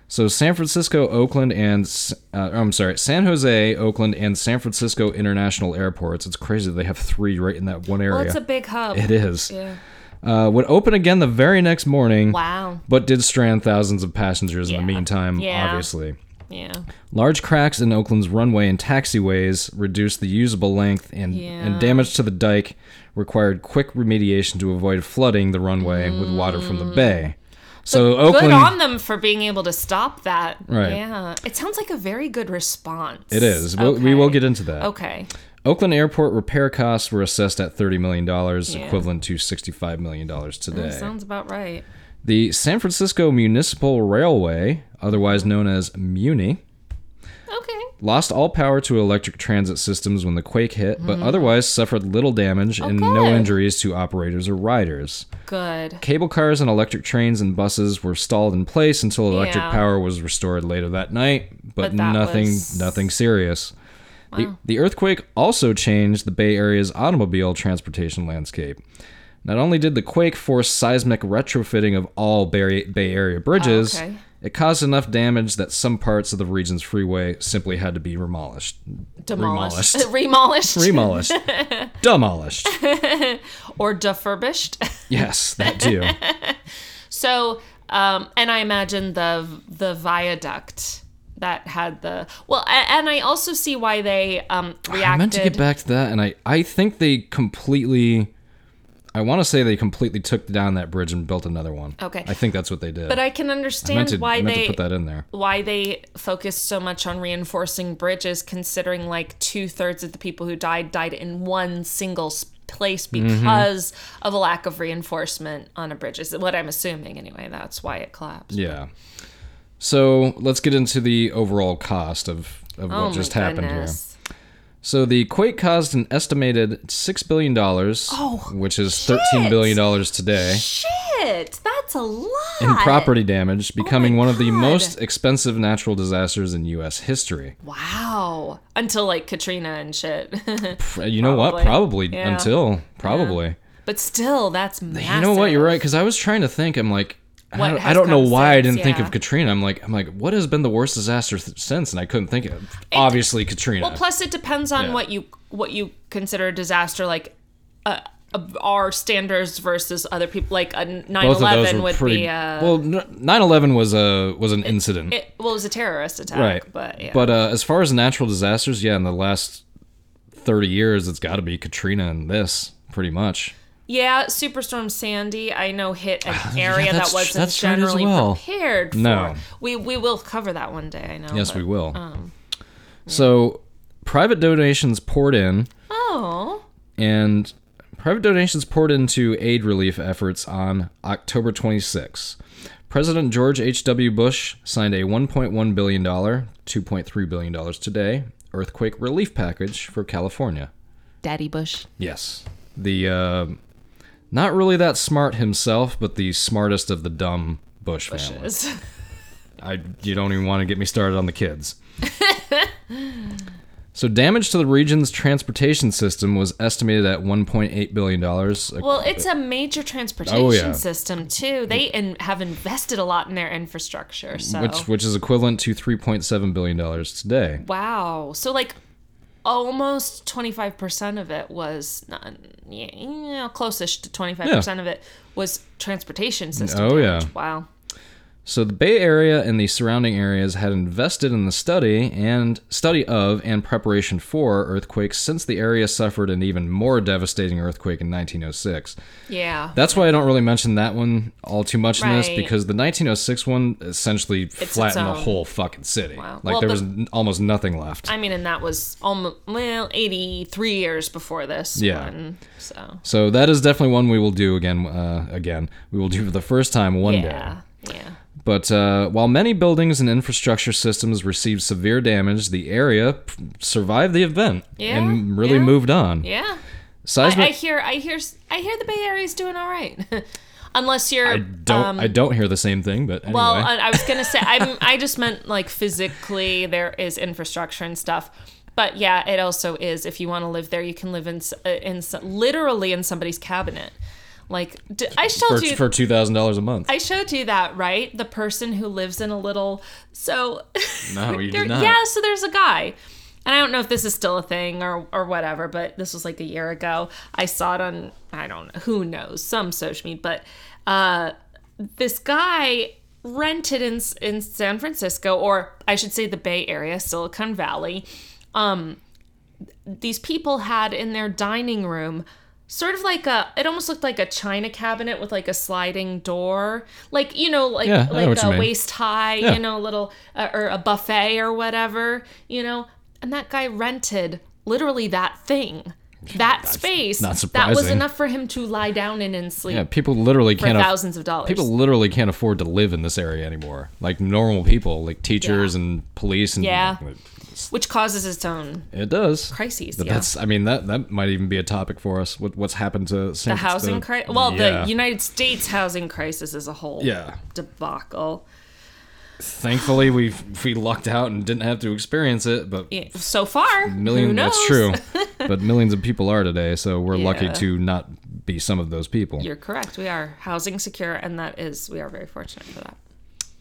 Speaker 3: So San Francisco, Oakland, and S- uh, I'm sorry, San Jose, Oakland, and San Francisco international airports. It's crazy that they have three right in that one area.
Speaker 4: Well, it's a big hub.
Speaker 3: It is.
Speaker 4: Yeah.
Speaker 3: Uh, would open again the very next morning.
Speaker 4: Wow.
Speaker 3: But did strand thousands of passengers in the
Speaker 4: Yeah.
Speaker 3: meantime,
Speaker 4: Yeah.
Speaker 3: obviously.
Speaker 4: Yeah.
Speaker 3: Large cracks in Oakland's runway and taxiways reduced the usable length and,
Speaker 4: Yeah.
Speaker 3: and damage to the dike required quick remediation to avoid flooding the runway with water from the bay. So Oakland
Speaker 4: Mm. Good on them for being able to stop that.
Speaker 3: Right.
Speaker 4: Yeah. It sounds like a very good response.
Speaker 3: It is. We'll, We will get into that.
Speaker 4: Okay.
Speaker 3: Oakland Airport repair costs were assessed at $30 million,
Speaker 4: Yeah.
Speaker 3: equivalent to $65 million today.
Speaker 4: Sounds about right.
Speaker 3: the San Francisco Municipal Railway, otherwise known as MUNI,
Speaker 4: Okay.
Speaker 3: lost all power to electric transit systems when the quake hit, but
Speaker 4: Mm-hmm.
Speaker 3: otherwise suffered little damage and no
Speaker 4: good.
Speaker 3: injuries to operators or riders.
Speaker 4: Good.
Speaker 3: Cable cars and electric trains and buses were stalled in place until electric
Speaker 4: Yeah.
Speaker 3: power was restored later that night, but,
Speaker 4: But that
Speaker 3: nothing
Speaker 4: was-
Speaker 3: nothing serious. The, the earthquake also changed the Bay Area's automobile transportation landscape. Not only did the quake force seismic retrofitting of all Bay, Bay Area bridges,
Speaker 4: Oh, okay.
Speaker 3: it caused enough damage that some parts of the region's freeway simply had to be remolished.
Speaker 4: Demolished.
Speaker 3: Remolished.
Speaker 4: Remolished.
Speaker 3: Remolished. demolished.
Speaker 4: or defurbished.
Speaker 3: Yes, that too.
Speaker 4: so, um, and I imagine the the viaduct that had the well, a- and I also see why they um, reacted.
Speaker 3: I meant to get back to that, and I, I think they completely. I want to say they completely took down that bridge and built another one.
Speaker 4: Okay.
Speaker 3: I think that's what they did.
Speaker 4: But I can
Speaker 3: I meant
Speaker 4: understand
Speaker 3: to,
Speaker 4: why
Speaker 3: I meant
Speaker 4: they
Speaker 3: to put that in there.
Speaker 4: why they focused so much on reinforcing bridges, considering like two thirds of the people who died died in one single s- place
Speaker 3: Mm-hmm.
Speaker 4: because of a lack of reinforcement on a bridge. Is what I'm assuming anyway. That's why it collapsed.
Speaker 3: Yeah. So let's get into the overall cost of, of
Speaker 4: Oh
Speaker 3: what
Speaker 4: my
Speaker 3: just happened here.
Speaker 4: goodness.
Speaker 3: So the quake caused an estimated six billion dollars,
Speaker 4: Oh,
Speaker 3: which is
Speaker 4: shit.
Speaker 3: thirteen billion dollars today,
Speaker 4: Shit, that's a lot.
Speaker 3: in property damage, becoming
Speaker 4: Oh my
Speaker 3: one of the
Speaker 4: God.
Speaker 3: most expensive natural disasters in U.S. history.
Speaker 4: Wow. Until like Katrina and shit.
Speaker 3: You know what?
Speaker 4: Probably.
Speaker 3: Probably
Speaker 4: Yeah.
Speaker 3: until probably.
Speaker 4: but still, that's massive.
Speaker 3: You know what? You're right. Because I was trying to think. I'm like,
Speaker 4: What
Speaker 3: I don't, I
Speaker 4: has
Speaker 3: don't know
Speaker 4: come
Speaker 3: why I
Speaker 4: since,
Speaker 3: didn't think
Speaker 4: yeah.
Speaker 3: of Katrina. I'm like, I'm like, what has been the worst disaster th- since? And I couldn't think of. Obviously, Katrina.
Speaker 4: Well, plus it depends on
Speaker 3: Yeah.
Speaker 4: what you what you consider a disaster, like uh, uh, our standards versus other people. Like a 9/11 would be a
Speaker 3: well, n- 9/11 was a was an incident,
Speaker 4: it, well, it was a terrorist attack,
Speaker 3: right?
Speaker 4: But yeah,
Speaker 3: but uh, as far as natural disasters, yeah, in the last 30 years, it's got to be Katrina and this, pretty much.
Speaker 4: yeah, Superstorm Sandy, I know hit an area that
Speaker 3: that's
Speaker 4: wasn't
Speaker 3: tr- that's right as
Speaker 4: generally
Speaker 3: well.
Speaker 4: prepared. For.
Speaker 3: No.
Speaker 4: we we will cover that one day. I know.
Speaker 3: Yes,
Speaker 4: but- um,
Speaker 3: we will. So, private donations poured in.
Speaker 4: Oh,
Speaker 3: and private donations poured into aid relief efforts on October 26. President George H.W. Bush signed a $1.1 billion, $2.3 billion today, earthquake relief package for California.
Speaker 4: Daddy Bush.
Speaker 3: Yes. The, uh, not really that smart himself, but the smartest of the dumb Bush family. I, you don't even want to get me started on the kids. so, damage to the region's transportation system was estimated at $1.8 billion.
Speaker 4: Well, it's a major transportation
Speaker 3: Oh, yeah.
Speaker 4: system too. They in, have invested a lot in their infrastructure. So
Speaker 3: which which is equivalent to 3.7 billion dollars today.
Speaker 4: Wow. So like almost 25% of it was not yeah, yeah, close-ish to 25% of it was transportation system.
Speaker 3: Oh,
Speaker 4: damage.
Speaker 3: yeah.
Speaker 4: Wow.
Speaker 3: So the Bay Area and the surrounding areas had invested in the study and study of and preparation for earthquakes since the area suffered an even more devastating earthquake in 1906.
Speaker 4: Yeah.
Speaker 3: That's why I don't really mention that one all too much in this
Speaker 4: Right.
Speaker 3: because the 1906 one essentially
Speaker 4: its
Speaker 3: flattened the
Speaker 4: own.
Speaker 3: whole fucking city.
Speaker 4: Wow.
Speaker 3: Like
Speaker 4: Well,
Speaker 3: there
Speaker 4: the-
Speaker 3: was n- almost nothing left.
Speaker 4: I mean, and that was almost well, 83 years before this
Speaker 3: Yeah.
Speaker 4: one. So
Speaker 3: so that is definitely one we will do again. Uh, again, we will do for the first time one day.
Speaker 4: yeah. Yeah.
Speaker 3: But uh, while many buildings and infrastructure systems received severe damage, the area p- survived the event
Speaker 4: Yeah,
Speaker 3: and really
Speaker 4: yeah.
Speaker 3: moved on.
Speaker 4: Yeah. I, I
Speaker 3: Seismic.
Speaker 4: hear I hear I hear the Bay Area's doing all right. Unless you're
Speaker 3: I, don't. I don't hear the same thing, but anyway.
Speaker 4: um, Well, I I was gonna say I'm, I just meant like physically there is infrastructure and stuff, but yeah, it also is. If you want to live there, you can live in s- uh, in s- literally in somebody's cabinet. Like d- I showed
Speaker 3: for,
Speaker 4: you,
Speaker 3: for two thousand dollars a month.
Speaker 4: I showed you that right? The person who lives in a little so
Speaker 3: no, you
Speaker 4: there,
Speaker 3: did not.
Speaker 4: yeah, so there's a guy. And I don't know if this is still a thing or, or whatever, but this was like a year ago. I saw it on, I don't know, who knows, some social media, but uh, this guy rented in, in San Francisco, or I should say the Bay Area, Silicon Valley. Um, these people had in their dining room sort of like a, it almost looked like a china cabinet with like a sliding door. Like, you know, like,
Speaker 3: Yeah, I know
Speaker 4: like
Speaker 3: what you
Speaker 4: a
Speaker 3: mean.
Speaker 4: waist waist high,
Speaker 3: Yeah.
Speaker 4: you know, little uh, or a buffet or whatever, you know. And that guy rented literally that thing, that space.
Speaker 3: not
Speaker 4: That was
Speaker 3: surprising.
Speaker 4: enough for him to lie down in and sleep
Speaker 3: Yeah, people literally
Speaker 4: for
Speaker 3: can't. aff-
Speaker 4: thousands of dollars.
Speaker 3: people literally can't afford to live in this area anymore. Like normal people, like teachers and police, and
Speaker 4: Yeah. which causes its own
Speaker 3: it does.
Speaker 4: crises.
Speaker 3: But
Speaker 4: yeah.
Speaker 3: that's. I mean, that that might even be a topic for us. What what's happened to San
Speaker 4: the housing crisis.
Speaker 3: Francisco-
Speaker 4: Well,
Speaker 3: Yeah.
Speaker 4: the United States housing crisis is a whole
Speaker 3: Yeah.
Speaker 4: debacle.
Speaker 3: Thankfully, we we lucked out and didn't have to experience it, but
Speaker 4: Yeah, So far, who
Speaker 3: million
Speaker 4: knows?
Speaker 3: that's true. but millions of people are today, so we're lucky
Speaker 4: Yeah.
Speaker 3: to not be some of those people.
Speaker 4: You're correct. We are housing secure, and that is we are very fortunate for that.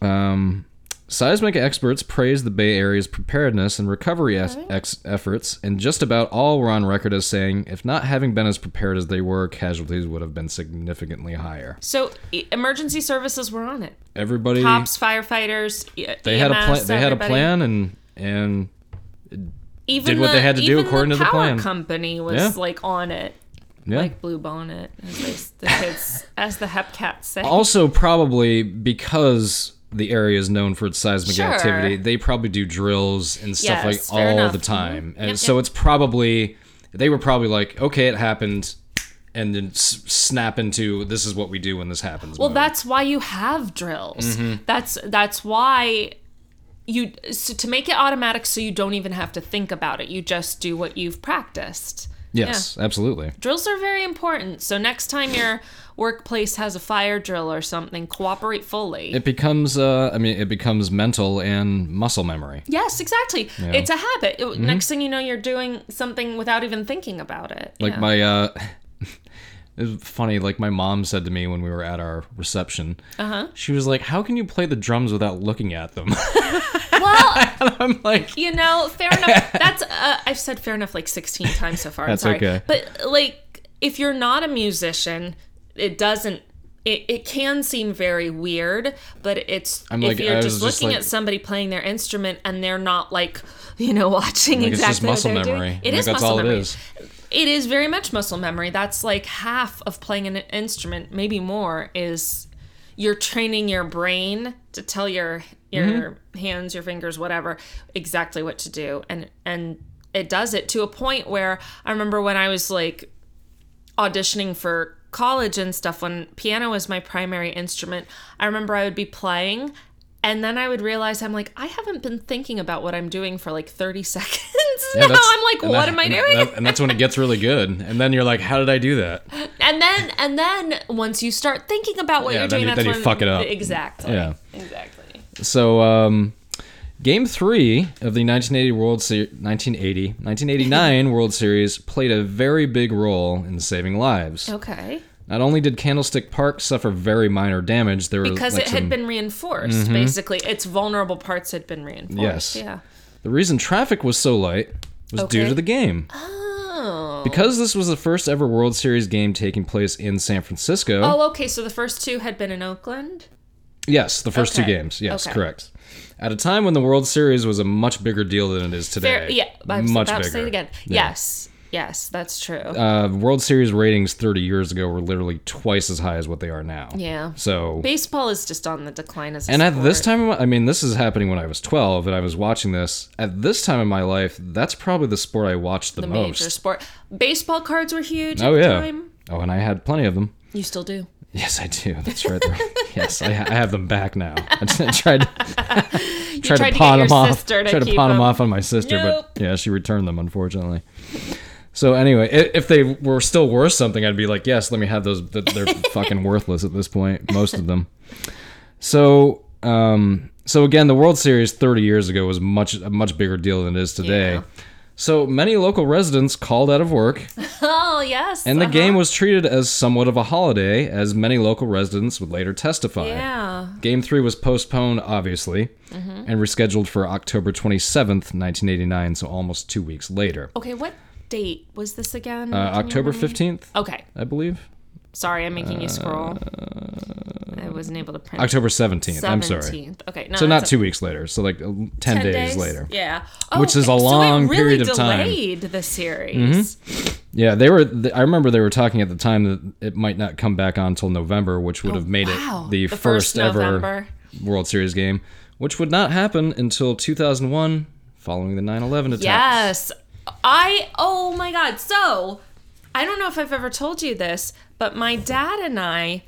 Speaker 3: Um, seismic experts praised the Bay Area's preparedness and recovery ex- ex- efforts, and just about all were on record as saying, if not having been as prepared as they were, casualties would have been significantly higher.
Speaker 4: So e- emergency services were on it.
Speaker 3: Everybody,
Speaker 4: cops, firefighters. e-
Speaker 3: they had a
Speaker 4: EMS,
Speaker 3: plan. They had a
Speaker 4: everybody.
Speaker 3: plan, and and
Speaker 4: Even
Speaker 3: did what
Speaker 4: the-
Speaker 3: they had to do
Speaker 4: even
Speaker 3: according to the
Speaker 4: power
Speaker 3: plan.
Speaker 4: Company was
Speaker 3: Yeah.
Speaker 4: like on it,
Speaker 3: yeah.
Speaker 4: like blue bonnet, as they, the kids, as the hepcats say.
Speaker 3: also probably because the area is known for its seismic
Speaker 4: Sure.
Speaker 3: activity they probably do drills and
Speaker 4: Yes,
Speaker 3: stuff like
Speaker 4: fair
Speaker 3: all
Speaker 4: enough. Mm-hmm.
Speaker 3: the time and
Speaker 4: Yep,
Speaker 3: so
Speaker 4: yep.
Speaker 3: it's probably they were probably like okay it happened and then s- snap into this is what we do when this happens.
Speaker 4: Well,
Speaker 3: mode.
Speaker 4: that's why you have drills.
Speaker 3: Mm-hmm.
Speaker 4: That's that's why you so to make it automatic so you don't even have to think about it. You just do what you've practiced.
Speaker 3: yes, absolutely.
Speaker 4: Drills are very important. So next time your workplace has a fire drill or something, cooperate fully.
Speaker 3: It becomes, uh, I mean, it becomes mental and muscle memory.
Speaker 4: yes, exactly. It's a habit. It- Next thing you know, you're doing something without even thinking about it.
Speaker 3: Like
Speaker 4: Yeah.
Speaker 3: my, uh, it was funny. Like my mom said to me when we were at our reception, uh-huh. she was like, "How can you play the drums without looking at them?"
Speaker 4: well,
Speaker 3: I'm like,
Speaker 4: You know, fair enough. That's uh, I've said fair enough like 16 times so far. I'm
Speaker 3: That's
Speaker 4: sorry.
Speaker 3: okay.
Speaker 4: But like if you're not a musician, it doesn't it, it can seem very weird, but it's
Speaker 3: I'm
Speaker 4: if
Speaker 3: like-
Speaker 4: you're
Speaker 3: I
Speaker 4: just
Speaker 3: was just
Speaker 4: looking
Speaker 3: like-
Speaker 4: at somebody playing their instrument and they're not like, you know, watching
Speaker 3: Like, it's
Speaker 4: exactly
Speaker 3: just muscle
Speaker 4: what they're
Speaker 3: memory.
Speaker 4: doing. It
Speaker 3: Like,
Speaker 4: is
Speaker 3: that's
Speaker 4: muscle
Speaker 3: all it
Speaker 4: memory.
Speaker 3: is.
Speaker 4: It is very much muscle memory. That's like half of playing an instrument, maybe more, is you're training your brain to tell your your
Speaker 3: Mm-hmm.
Speaker 4: hands, your fingers, whatever, exactly what to do. And and it does it to a point where I remember when I was like auditioning for college and stuff when piano was my primary instrument, I remember I would be playing and then I would realize I'm like, I haven't been thinking about what I'm doing for like 30 seconds.
Speaker 3: Yeah,
Speaker 4: now
Speaker 3: that's-
Speaker 4: I'm like,
Speaker 3: and
Speaker 4: what
Speaker 3: that-
Speaker 4: am I
Speaker 3: and
Speaker 4: doing?
Speaker 3: that- and that's when it gets really good. And then you're like, how did I do that?
Speaker 4: and then and then once you start thinking about what
Speaker 3: Yeah,
Speaker 4: you're
Speaker 3: then
Speaker 4: doing,
Speaker 3: you-
Speaker 4: that's
Speaker 3: then you
Speaker 4: when
Speaker 3: fuck it up.
Speaker 4: Exactly.
Speaker 3: Yeah.
Speaker 4: Exactly.
Speaker 3: So, um, game three of the 1980 World Se- 1980, 1989 World Series played a very big role in saving lives.
Speaker 4: Okay.
Speaker 3: Not only did Candlestick Park suffer very minor damage, there
Speaker 4: Because
Speaker 3: was like
Speaker 4: it
Speaker 3: some- Mm-hmm.
Speaker 4: had been reinforced, basically. Its vulnerable parts had been reinforced.
Speaker 3: Yes.
Speaker 4: Yeah.
Speaker 3: the reason traffic was so light was due
Speaker 4: Okay.
Speaker 3: to the game.
Speaker 4: Oh.
Speaker 3: Because this was the first ever World Series game taking place in San Francisco.
Speaker 4: Oh, okay. So the first two had been in Oakland.
Speaker 3: Yes, the first two
Speaker 4: Okay.
Speaker 3: games. Yes,
Speaker 4: Okay.
Speaker 3: correct. At a time when the World Series was a much bigger deal than it is today.
Speaker 4: Fair, yeah, I was
Speaker 3: much
Speaker 4: about
Speaker 3: bigger.
Speaker 4: to say it again.
Speaker 3: Yeah.
Speaker 4: Yes, yes, that's true.
Speaker 3: Uh, World Series ratings 30 years ago were literally twice as high as what they are now.
Speaker 4: yeah,
Speaker 3: So,
Speaker 4: baseball is just on the decline as. A
Speaker 3: and at this
Speaker 4: sport.
Speaker 3: time, of my- I mean, this is happening when I was 12 and I was watching this. At this time in my life, that's probably the sport I watched the, most.
Speaker 4: major sport, baseball cards were huge.
Speaker 3: oh,
Speaker 4: at
Speaker 3: yeah.
Speaker 4: the time.
Speaker 3: Oh, and I had plenty of them.
Speaker 4: you still do.
Speaker 3: Yes, I do. That's right. They're- yes, I, ha- I have them back now. I tried to, tried,
Speaker 4: tried to
Speaker 3: to
Speaker 4: get
Speaker 3: pawn
Speaker 4: your
Speaker 3: them off.
Speaker 4: sister to
Speaker 3: tried to
Speaker 4: keep
Speaker 3: pawn them
Speaker 4: them.
Speaker 3: off on my sister,
Speaker 4: Nope.
Speaker 3: but yeah, she returned them unfortunately. So anyway, i- if they were still worth something, I'd be like, yes, let me have those. Th- They're fucking worthless at this point, most of them. So, um, so again, the World Series 30 years ago was much a much bigger deal than it is today.
Speaker 4: Yeah.
Speaker 3: So many local residents called out of work
Speaker 4: Oh yes.
Speaker 3: and the
Speaker 4: uh-huh.
Speaker 3: game was treated as somewhat of a holiday, as many local residents would later testify.
Speaker 4: Yeah.
Speaker 3: Game 3 was postponed, obviously, and rescheduled for October 27th, 1989, so almost two weeks later.
Speaker 4: Okay, what date was this again?
Speaker 3: Uh, October 15th,
Speaker 4: okay,
Speaker 3: I believe?
Speaker 4: sorry, I'm making you scroll. I wasn't able to print.
Speaker 3: October 17th, uh, I'm sorry.
Speaker 4: 17th. Okay, no,
Speaker 3: So not
Speaker 4: that's
Speaker 3: two weeks later, so like uh, 10,
Speaker 4: okay.
Speaker 3: days, later.
Speaker 4: Yeah. Oh,
Speaker 3: Which is a
Speaker 4: so it
Speaker 3: long
Speaker 4: really
Speaker 3: period of time. Mm-hmm.
Speaker 4: Delayed the series.
Speaker 3: Yeah, they were. th- I remember they were talking at the time that it might not come back on until November, which would have made
Speaker 4: wow.
Speaker 3: it the,
Speaker 4: The first
Speaker 3: first, ever
Speaker 4: November.
Speaker 3: World Series game, which would not happen until 2001, following the 9/11 attacks.
Speaker 4: Yes. I oh my god. So, I don't know if I've ever told you this, but my dad and I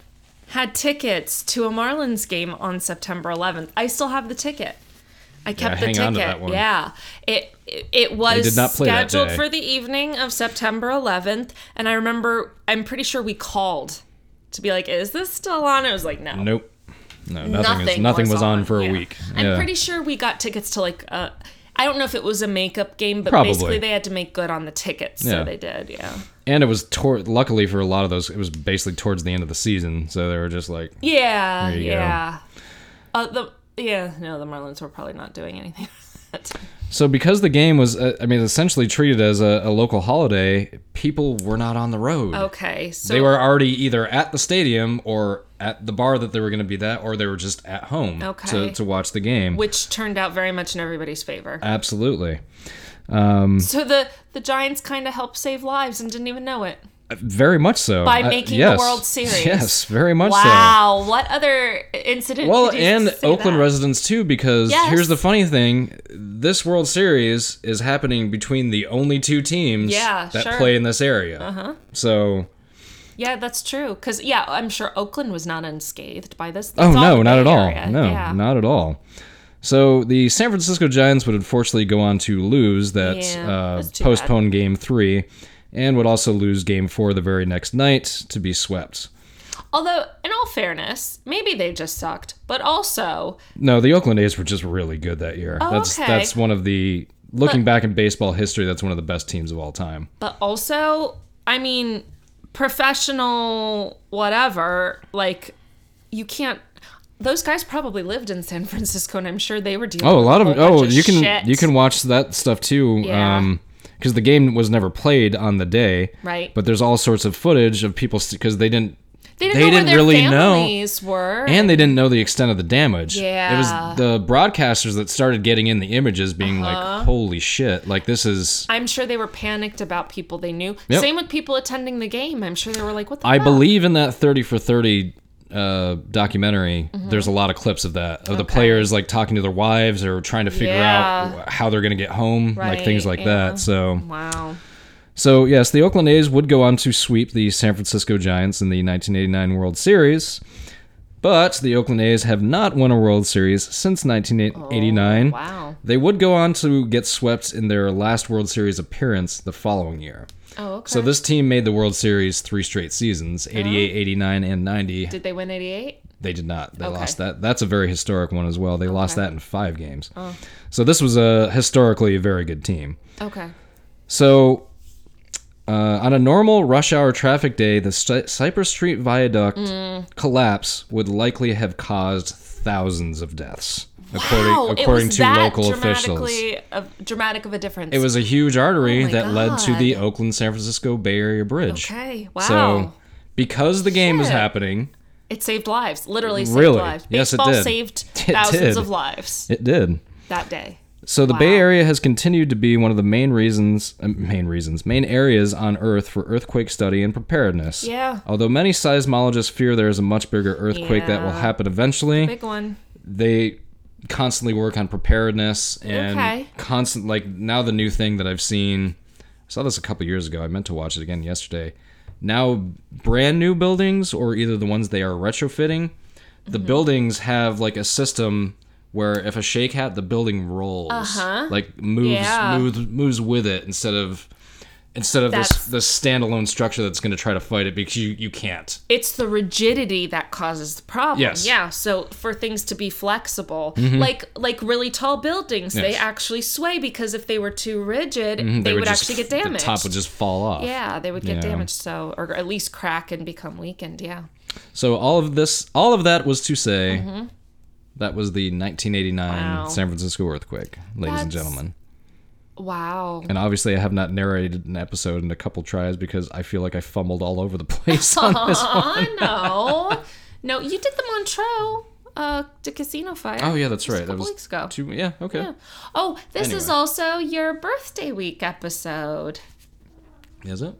Speaker 4: had tickets to a Marlins game on September 11th. I still have the ticket. I kept the
Speaker 3: hang
Speaker 4: ticket.
Speaker 3: on to that one.
Speaker 4: Yeah. It it, it was
Speaker 3: did not play that
Speaker 4: scheduled
Speaker 3: day.
Speaker 4: for the evening of September 11th, and I remember I'm pretty sure we called to be like, "Is this still on?" It was like, "No."
Speaker 3: Nope. No, nothing. Nothing, is, nothing was, on, for a
Speaker 4: yeah.
Speaker 3: week.
Speaker 4: I'm
Speaker 3: Yeah.
Speaker 4: pretty sure we got tickets to like uh, I don't know if it was a makeup game, but
Speaker 3: Probably.
Speaker 4: basically they had to make good on the tickets, so
Speaker 3: Yeah.
Speaker 4: they did. Yeah,
Speaker 3: And it was tor- luckily for a lot of those, it was basically towards the end of the season, so they were just like,
Speaker 4: yeah,
Speaker 3: you go.
Speaker 4: yeah. Uh, the yeah, no, the Marlins were probably not doing anything. That's-
Speaker 3: So because the game was, uh, I mean, essentially treated as a, a local holiday, people were not on the road.
Speaker 4: okay, Oh, so
Speaker 3: they were already either at the stadium or at the bar that they were going to be that, or they were just at home
Speaker 4: Okay.
Speaker 3: to, to watch the game.
Speaker 4: which turned out very much in everybody's favor.
Speaker 3: Absolutely.
Speaker 4: so the the Giants kind of helped save lives and didn't even know it.
Speaker 3: Very much so.
Speaker 4: By
Speaker 3: I-
Speaker 4: making the
Speaker 3: yes.
Speaker 4: World Series.
Speaker 3: Yes, very much so.
Speaker 4: wow, what other incident?
Speaker 3: Well,
Speaker 4: could you
Speaker 3: and
Speaker 4: say
Speaker 3: Oakland
Speaker 4: that?
Speaker 3: residents too, because
Speaker 4: Yes.
Speaker 3: here's the funny thing: this World Series is happening between the only two teams
Speaker 4: Yeah,
Speaker 3: that
Speaker 4: sure.
Speaker 3: play in this area. Uh-huh. So
Speaker 4: Yeah, that's true. Because, yeah, I'm sure Oakland was not unscathed by this.
Speaker 3: Oh
Speaker 4: It's all
Speaker 3: no,
Speaker 4: the
Speaker 3: not
Speaker 4: Bay
Speaker 3: at all.
Speaker 4: Area.
Speaker 3: No,
Speaker 4: Yeah.
Speaker 3: not at all. So the San Francisco Giants would unfortunately go on to lose that
Speaker 4: Yeah,
Speaker 3: uh,
Speaker 4: that's too bad.
Speaker 3: postponed Game Three, and would also lose Game Four the very next night to be swept.
Speaker 4: Although, in all fairness, maybe they just sucked. But also,
Speaker 3: No, the Oakland A's were just really good that year. that's
Speaker 4: Oh, okay.
Speaker 3: that's one of the looking back in baseball history. That's one of the best teams of all time.
Speaker 4: but also, I mean, professional whatever, like, you can't. Those guys probably lived in San Francisco, and I'm sure they were dealing.
Speaker 3: Oh, a lot of
Speaker 4: with whole
Speaker 3: oh,
Speaker 4: bunch
Speaker 3: you can
Speaker 4: shit.
Speaker 3: you can watch that stuff too.
Speaker 4: Yeah.
Speaker 3: Um, because the game was never played on the day.
Speaker 4: Right.
Speaker 3: But there's all sorts of footage of people because they didn't
Speaker 4: They didn't
Speaker 3: they
Speaker 4: know where
Speaker 3: didn't
Speaker 4: their
Speaker 3: really know.
Speaker 4: families were.
Speaker 3: and they didn't know the extent of the damage. It
Speaker 4: Yeah.
Speaker 3: was the broadcasters that started getting in the images being
Speaker 4: Uh-huh.
Speaker 3: like, holy shit, like this is.
Speaker 4: I'm sure they were panicked about people they knew.
Speaker 3: Yep.
Speaker 4: Same with people attending the game. I'm sure they were like, "What the?"
Speaker 3: I
Speaker 4: fuck?
Speaker 3: believe in that 30 for 30 uh, documentary.
Speaker 4: Mm-hmm.
Speaker 3: There's a lot of clips of that, of the players like talking to their wives or trying to figure
Speaker 4: Yeah.
Speaker 3: out how they're going to get home, like things
Speaker 4: Right,
Speaker 3: like
Speaker 4: yeah.
Speaker 3: that. So.
Speaker 4: Wow.
Speaker 3: So, yes, the Oakland A's would go on to sweep the San Francisco Giants in the 1989 World Series, but the Oakland A's have not won a World Series since 1989.
Speaker 4: Oh, Wow.
Speaker 3: They would go on to get swept in their last World Series appearance the following year.
Speaker 4: Oh, okay.
Speaker 3: So, this team made the World Series three straight seasons
Speaker 4: Oh.
Speaker 3: 88, 89, and 90.
Speaker 4: did they win 88?
Speaker 3: They did not. They
Speaker 4: Okay.
Speaker 3: lost that. That's a very historic one as well. They lost that in five games.
Speaker 4: Oh.
Speaker 3: So, this was a historically a very good team.
Speaker 4: Okay.
Speaker 3: So, uh, on a normal rush hour traffic day, the Cy- Cypress Street Viaduct
Speaker 4: Mm.
Speaker 3: collapse would likely have caused thousands of deaths, according,
Speaker 4: Wow,
Speaker 3: according
Speaker 4: it was
Speaker 3: to
Speaker 4: that
Speaker 3: local officials.
Speaker 4: dramatically Of, dramatic of a difference.
Speaker 3: It was a huge artery
Speaker 4: Oh my
Speaker 3: that led to the
Speaker 4: God.
Speaker 3: Oakland San Francisco Bay Area Bridge.
Speaker 4: Okay. Wow.
Speaker 3: So, because the game was
Speaker 4: Shit.
Speaker 3: happening,
Speaker 4: it saved lives. Literally saved
Speaker 3: Really?
Speaker 4: lives.
Speaker 3: Yes, it
Speaker 4: Baseball
Speaker 3: did.
Speaker 4: saved
Speaker 3: It
Speaker 4: thousands
Speaker 3: did.
Speaker 4: of lives
Speaker 3: it did.
Speaker 4: that day.
Speaker 3: So the Bay
Speaker 4: Wow.
Speaker 3: Area has continued to be one of the main reasons, uh, main reasons, main areas on Earth for earthquake study and preparedness.
Speaker 4: Yeah.
Speaker 3: Although many seismologists fear there is a much bigger earthquake that will
Speaker 4: Yeah.
Speaker 3: happen eventually,
Speaker 4: Big one.
Speaker 3: they constantly work on preparedness and
Speaker 4: Okay.
Speaker 3: constant like now the new thing that I've seen. I saw this a couple years ago. I meant to watch it again yesterday. Now brand new buildings or either the ones they are retrofitting, the
Speaker 4: Mm-hmm.
Speaker 3: buildings have like a system where if a shake hat the building rolls
Speaker 4: Uh-huh.
Speaker 3: like moves
Speaker 4: Yeah.
Speaker 3: moves moves with it instead of instead of
Speaker 4: That's-
Speaker 3: this this standalone structure that's going to try to fight it because you you can't
Speaker 4: it's the rigidity that causes the problem.
Speaker 3: Yes. Mm-hmm.
Speaker 4: Yeah. So for things to be flexible, like like really tall buildings, they
Speaker 3: Yes. Mm-hmm.
Speaker 4: actually sway because if they were too rigid, they, would,
Speaker 3: just-
Speaker 4: actually get damaged.
Speaker 3: the top would just fall off
Speaker 4: yeah, they would get
Speaker 3: Yeah.
Speaker 4: damaged. So or at least crack and become weakened. Yeah.
Speaker 3: So all of this, all of that was to say, that was the 1989
Speaker 4: Mm-hmm. Wow.
Speaker 3: San Francisco earthquake, ladies and
Speaker 4: That's-
Speaker 3: gentlemen.
Speaker 4: Wow.
Speaker 3: And obviously, I have not narrated an episode in a couple tries because I feel like I fumbled all over the place on this.
Speaker 4: Oh no, no, you did the Montreux, uh, the casino fire.
Speaker 3: Oh yeah, that's
Speaker 4: just
Speaker 3: right.
Speaker 4: A
Speaker 3: That
Speaker 4: couple
Speaker 3: was
Speaker 4: weeks ago.
Speaker 3: two. Yeah, okay.
Speaker 4: Yeah. Oh, this is
Speaker 3: Anyway.
Speaker 4: also your birthday week episode.
Speaker 3: Is it?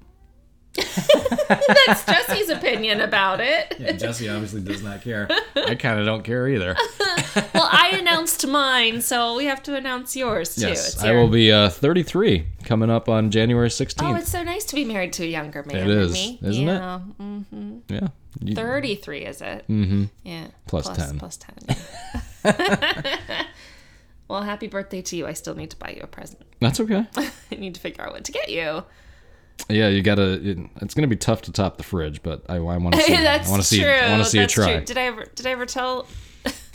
Speaker 4: That's Jesse's opinion about it.
Speaker 3: Jesse obviously does not care. I kind of don't care either.
Speaker 4: Well, I announced mine, so we have to announce yours too.
Speaker 3: yes,
Speaker 4: It's
Speaker 3: I
Speaker 4: your-
Speaker 3: will be uh, 33 coming up on January 16th.
Speaker 4: Oh, it's so nice to be married to a younger man.
Speaker 3: It
Speaker 4: than
Speaker 3: is,
Speaker 4: me.
Speaker 3: isn't it?
Speaker 4: yeah. it?
Speaker 3: yeah. You-
Speaker 4: Thirty-three, is it? Mm-hmm. Yeah.
Speaker 3: Plus 10.
Speaker 4: Plus ten. well, happy birthday to you. I still need to buy you a present.
Speaker 3: that's okay.
Speaker 4: I need to figure out what to get you.
Speaker 3: Yeah, you gotta. It, it's gonna be tough to top the fridge, but I, I want to see.
Speaker 4: That's
Speaker 3: I want to see.
Speaker 4: true.
Speaker 3: I want to see
Speaker 4: That's
Speaker 3: a try.
Speaker 4: True. Did I ever? Did I ever tell?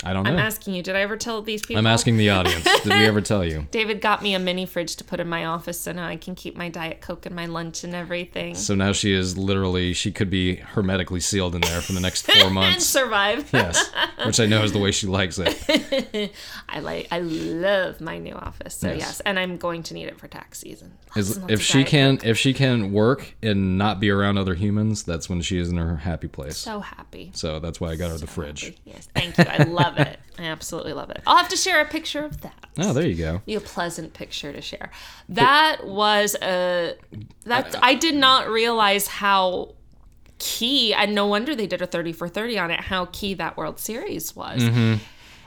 Speaker 3: I don't know.
Speaker 4: I'm asking you. Did I ever tell these people?
Speaker 3: I'm asking the audience. Did we ever tell you?
Speaker 4: David got me a mini fridge to put in my office, so now I can keep my diet coke and my lunch and everything.
Speaker 3: So now she is literally she could be hermetically sealed in there for the next four
Speaker 4: and
Speaker 3: months.
Speaker 4: survive.
Speaker 3: yes, which I know is the way she likes it.
Speaker 4: I like I love my new office. So yes,
Speaker 3: Yes.
Speaker 4: and I'm going to need it for tax season. Lots
Speaker 3: Is,
Speaker 4: and lots
Speaker 3: if
Speaker 4: of
Speaker 3: she
Speaker 4: diet
Speaker 3: can, if she can work and not be around other humans, that's when she is in her happy place.
Speaker 4: so happy.
Speaker 3: So that's why I got her the fridge.
Speaker 4: Yes, thank you. I love it. I absolutely love it. I'll have to share a picture of that.
Speaker 3: Oh, there you go.
Speaker 4: You a pleasant picture to share. That was a that I did not realize how key and no wonder they did a 30 for 30 on it how key that World Series was.
Speaker 3: Mm-hmm.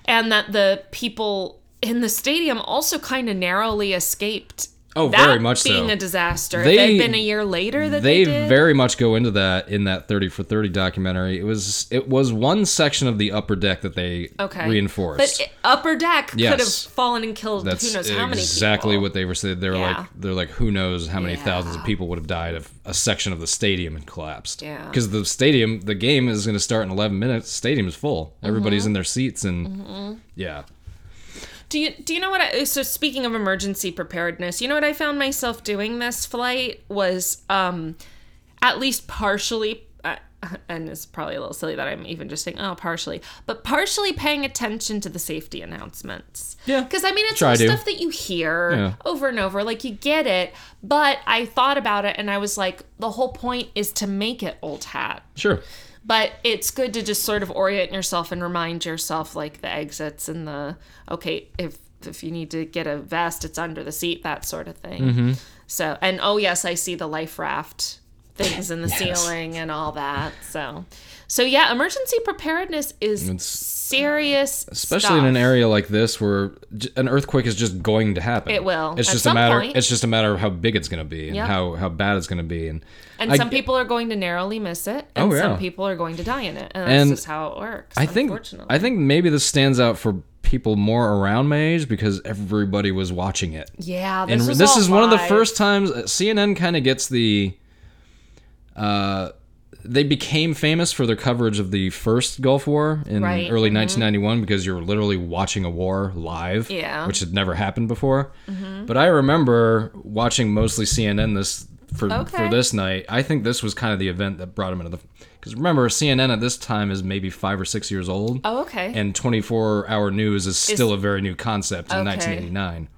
Speaker 4: And that the people in the stadium also kind of narrowly escaped
Speaker 3: Oh,
Speaker 4: That
Speaker 3: very much
Speaker 4: being
Speaker 3: so.
Speaker 4: a disaster.
Speaker 3: They-
Speaker 4: if it had been a year later that
Speaker 3: they
Speaker 4: they, did.
Speaker 3: very much go into that in that 30 for 30 documentary. It was it was one section of the upper deck that they
Speaker 4: okay.
Speaker 3: reinforced.
Speaker 4: But i- upper deck could have
Speaker 3: Yes.
Speaker 4: fallen and killed
Speaker 3: That's
Speaker 4: who knows how many
Speaker 3: exactly
Speaker 4: people.
Speaker 3: what they were saying. They were
Speaker 4: Yeah.
Speaker 3: like, they're like, who knows how many
Speaker 4: Yeah.
Speaker 3: thousands of people would have died if a section of the stadium had collapsed.
Speaker 4: Yeah.
Speaker 3: Because the stadium, the game is going to start in 11 minutes. Stadium is full.
Speaker 4: Mm-hmm.
Speaker 3: Everybody's in their seats and yeah.
Speaker 4: Do you do you know what? I, so speaking of emergency preparedness, you know what I found myself doing this flight was um, at least partially, uh, and it's probably a little silly that I'm even just saying oh partially, but partially paying attention to the safety announcements.
Speaker 3: Yeah.
Speaker 4: because I mean it's
Speaker 3: Try
Speaker 4: all
Speaker 3: to.
Speaker 4: stuff that you hear
Speaker 3: Yeah.
Speaker 4: over and over, like you get it. But I thought about it and I was like, the whole point is to make it old hat
Speaker 3: Sure.
Speaker 4: but it's good to just sort of orient yourself and remind yourself like the exits and the okay if if you need to get a vest it's under the seat that sort of thing
Speaker 3: Mm-hmm.
Speaker 4: so and oh yes i see the life raft things in the ceiling and all that so so yeah emergency preparedness is serious
Speaker 3: uh, Especially in an
Speaker 4: stuff.
Speaker 3: area like this where j- an earthquake is just going to happen.
Speaker 4: It will,
Speaker 3: It's
Speaker 4: at
Speaker 3: just
Speaker 4: some
Speaker 3: a matter.
Speaker 4: point.
Speaker 3: It's just a matter of how big it's going to be and
Speaker 4: Yeah.
Speaker 3: how how bad it's going to be and
Speaker 4: and
Speaker 3: I-
Speaker 4: some people are going to narrowly miss it and
Speaker 3: Oh,
Speaker 4: some
Speaker 3: yeah.
Speaker 4: people are going to die in it and that's
Speaker 3: And
Speaker 4: just how it works
Speaker 3: I think
Speaker 4: unfortunately.
Speaker 3: I think maybe this stands out for people more around my age because everybody was watching it.
Speaker 4: yeah this,
Speaker 3: and
Speaker 4: was
Speaker 3: this
Speaker 4: all
Speaker 3: is one of the
Speaker 4: live.
Speaker 3: first times uh, CNN kind of gets the. Uh, they became famous for their coverage of the first Gulf War in
Speaker 4: Right, mm-hmm.
Speaker 3: early 1991 because you were literally watching a war live,
Speaker 4: Yeah. Mm-hmm.
Speaker 3: which had never happened before. But I remember watching mostly CNN this for
Speaker 4: Okay.
Speaker 3: for this night. I think this was kind of the event that brought him into the. Because remember, CNN at this time is maybe five or six years old
Speaker 4: oh okay
Speaker 3: and 24 hour news is still a very new concept in
Speaker 4: Okay.
Speaker 3: 1989.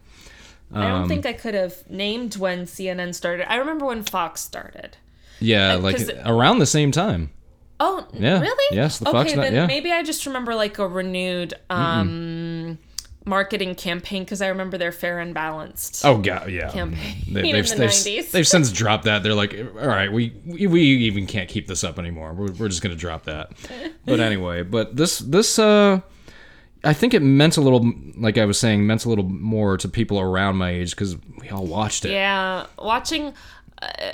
Speaker 4: I
Speaker 3: Um,
Speaker 4: don't think I could have named when CNN started. I remember when Fox started.
Speaker 3: Yeah, like
Speaker 4: 'cause-
Speaker 3: around the same time.
Speaker 4: Oh, n-
Speaker 3: Yeah.
Speaker 4: really?
Speaker 3: Yes, the
Speaker 4: okay,
Speaker 3: Fox net-
Speaker 4: then
Speaker 3: yeah.
Speaker 4: maybe I just remember like a renewed um, marketing campaign because I remember they're fair and balanced.
Speaker 3: Oh god, yeah.
Speaker 4: Campaign
Speaker 3: They,
Speaker 4: in
Speaker 3: they've,
Speaker 4: the
Speaker 3: they've,
Speaker 4: 90s.
Speaker 3: they've since dropped that. They're like, all right, we we, we even can't keep this up anymore. We're, we're just gonna drop that. But anyway, but this this uh, I think it meant a little, like I was saying, meant a little more to people around my age because we all watched it.
Speaker 4: Yeah, watching. Uh,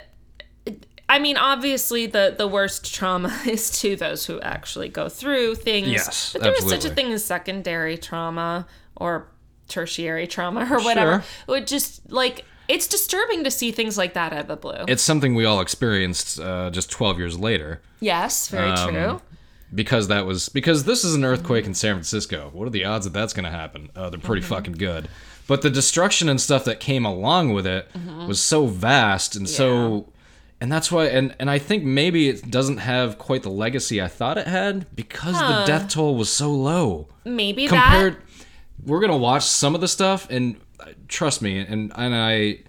Speaker 4: I mean, obviously, the the worst trauma is to those who actually go through things.
Speaker 3: Yes,
Speaker 4: but there is such a
Speaker 3: absolutely.
Speaker 4: thing as secondary trauma or tertiary trauma or whatever.
Speaker 3: Sure.
Speaker 4: It would just like it's disturbing to see things like that out of the blue.
Speaker 3: It's something we all experienced uh, just 12 years later.
Speaker 4: yes, very
Speaker 3: Um,
Speaker 4: true.
Speaker 3: because that was because this is an earthquake in San Francisco. What are the odds that that's going to happen? Uh, they're
Speaker 4: Mm-hmm.
Speaker 3: pretty fucking good. But the destruction and stuff that came along with it
Speaker 4: Mm-hmm.
Speaker 3: was so vast and so, and that's why. And and I think maybe it doesn't have quite the legacy I thought it had because the death toll was so low
Speaker 4: Maybe that.
Speaker 3: compared. We're gonna watch some of the stuff, and uh, trust me, and and I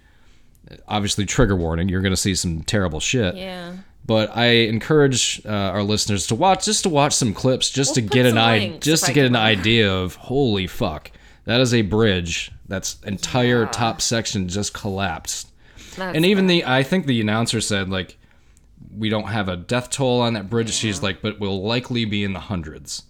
Speaker 3: obviously trigger warning. You're gonna see some terrible shit
Speaker 4: Yeah.
Speaker 3: but I encourage uh, our listeners to watch just to watch some clips just
Speaker 4: We'll
Speaker 3: to get
Speaker 4: put
Speaker 3: an
Speaker 4: some
Speaker 3: idea
Speaker 4: links
Speaker 3: just
Speaker 4: if
Speaker 3: to
Speaker 4: I
Speaker 3: get
Speaker 4: can
Speaker 3: an idea of holy fuck that is a bridge that's entire top section just collapsed
Speaker 4: That's
Speaker 3: and even the I think the announcer said like we don't have a death toll on that bridge she's like but we'll likely be in the hundreds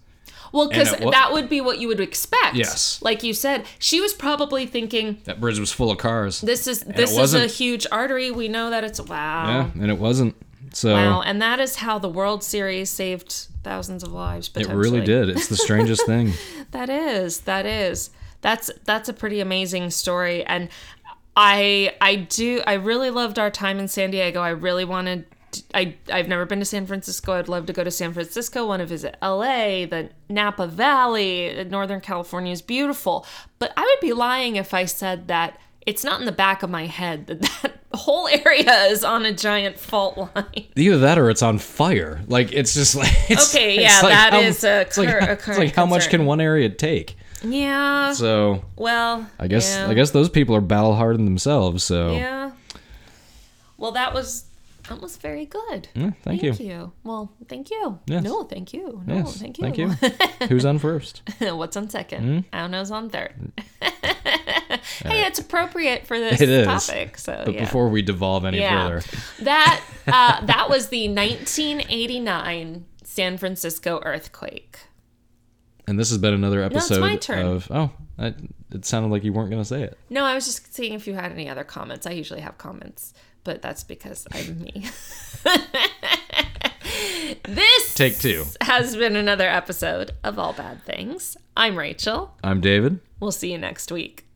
Speaker 4: Well, because
Speaker 3: And it wa-
Speaker 4: that would be what you would expect.
Speaker 3: Yes.
Speaker 4: Like you said, she was probably thinking,
Speaker 3: that bridge was full of cars
Speaker 4: this is this is a
Speaker 3: wasn't.
Speaker 4: huge artery. We know that it's wow.
Speaker 3: yeah and it wasn't so
Speaker 4: Wow. And that is how the World Series saved thousands of lives.
Speaker 3: it
Speaker 4: Potentially.
Speaker 3: really did it's the strangest thing
Speaker 4: That is. That is. That's that's a pretty amazing story and I I do I really loved our time in San Diego. I really wanted I I've never been to San Francisco. I'd love to go to San Francisco, want to visit LA, the Napa Valley, Northern California is beautiful. But I would be lying if I said that it's not in the back of my head that that whole area is on a giant fault line.
Speaker 3: Either that or it's on fire. Like it's just like it's,
Speaker 4: Okay,
Speaker 3: it's
Speaker 4: yeah, that
Speaker 3: that is
Speaker 4: is a cur- a
Speaker 3: it's
Speaker 4: current
Speaker 3: like how much
Speaker 4: concern.
Speaker 3: can one area take?
Speaker 4: Yeah.
Speaker 3: So
Speaker 4: Well,
Speaker 3: I guess
Speaker 4: yeah.
Speaker 3: I guess those people are battle hardened themselves. So
Speaker 4: Yeah. Well, that was that was very good.
Speaker 3: thank you.
Speaker 4: Well, thank you.
Speaker 3: Yes.
Speaker 4: No, thank you. No,
Speaker 3: yes,
Speaker 4: thank you.
Speaker 3: thank Hmm? you. Who's on first?
Speaker 4: What's on 2nd I don't know. Who's on third? hey, it's appropriate for this
Speaker 3: Mm. It is.
Speaker 4: topic. So
Speaker 3: But
Speaker 4: yeah.
Speaker 3: before we devolve any
Speaker 4: yeah.
Speaker 3: further,
Speaker 4: that uh, that was the 1989 San Francisco earthquake.
Speaker 3: and And this has been another
Speaker 4: it's
Speaker 3: episode
Speaker 4: my turn.
Speaker 3: of. Oh, I, it sounded like you weren't going to say it.
Speaker 4: No, I was just seeing if you had any other comments. I usually have comments, but that's because I'm me. this
Speaker 3: Take two.
Speaker 4: has been another episode of All Bad Things. I'm Rachel.
Speaker 3: I'm David.
Speaker 4: We'll see you next week.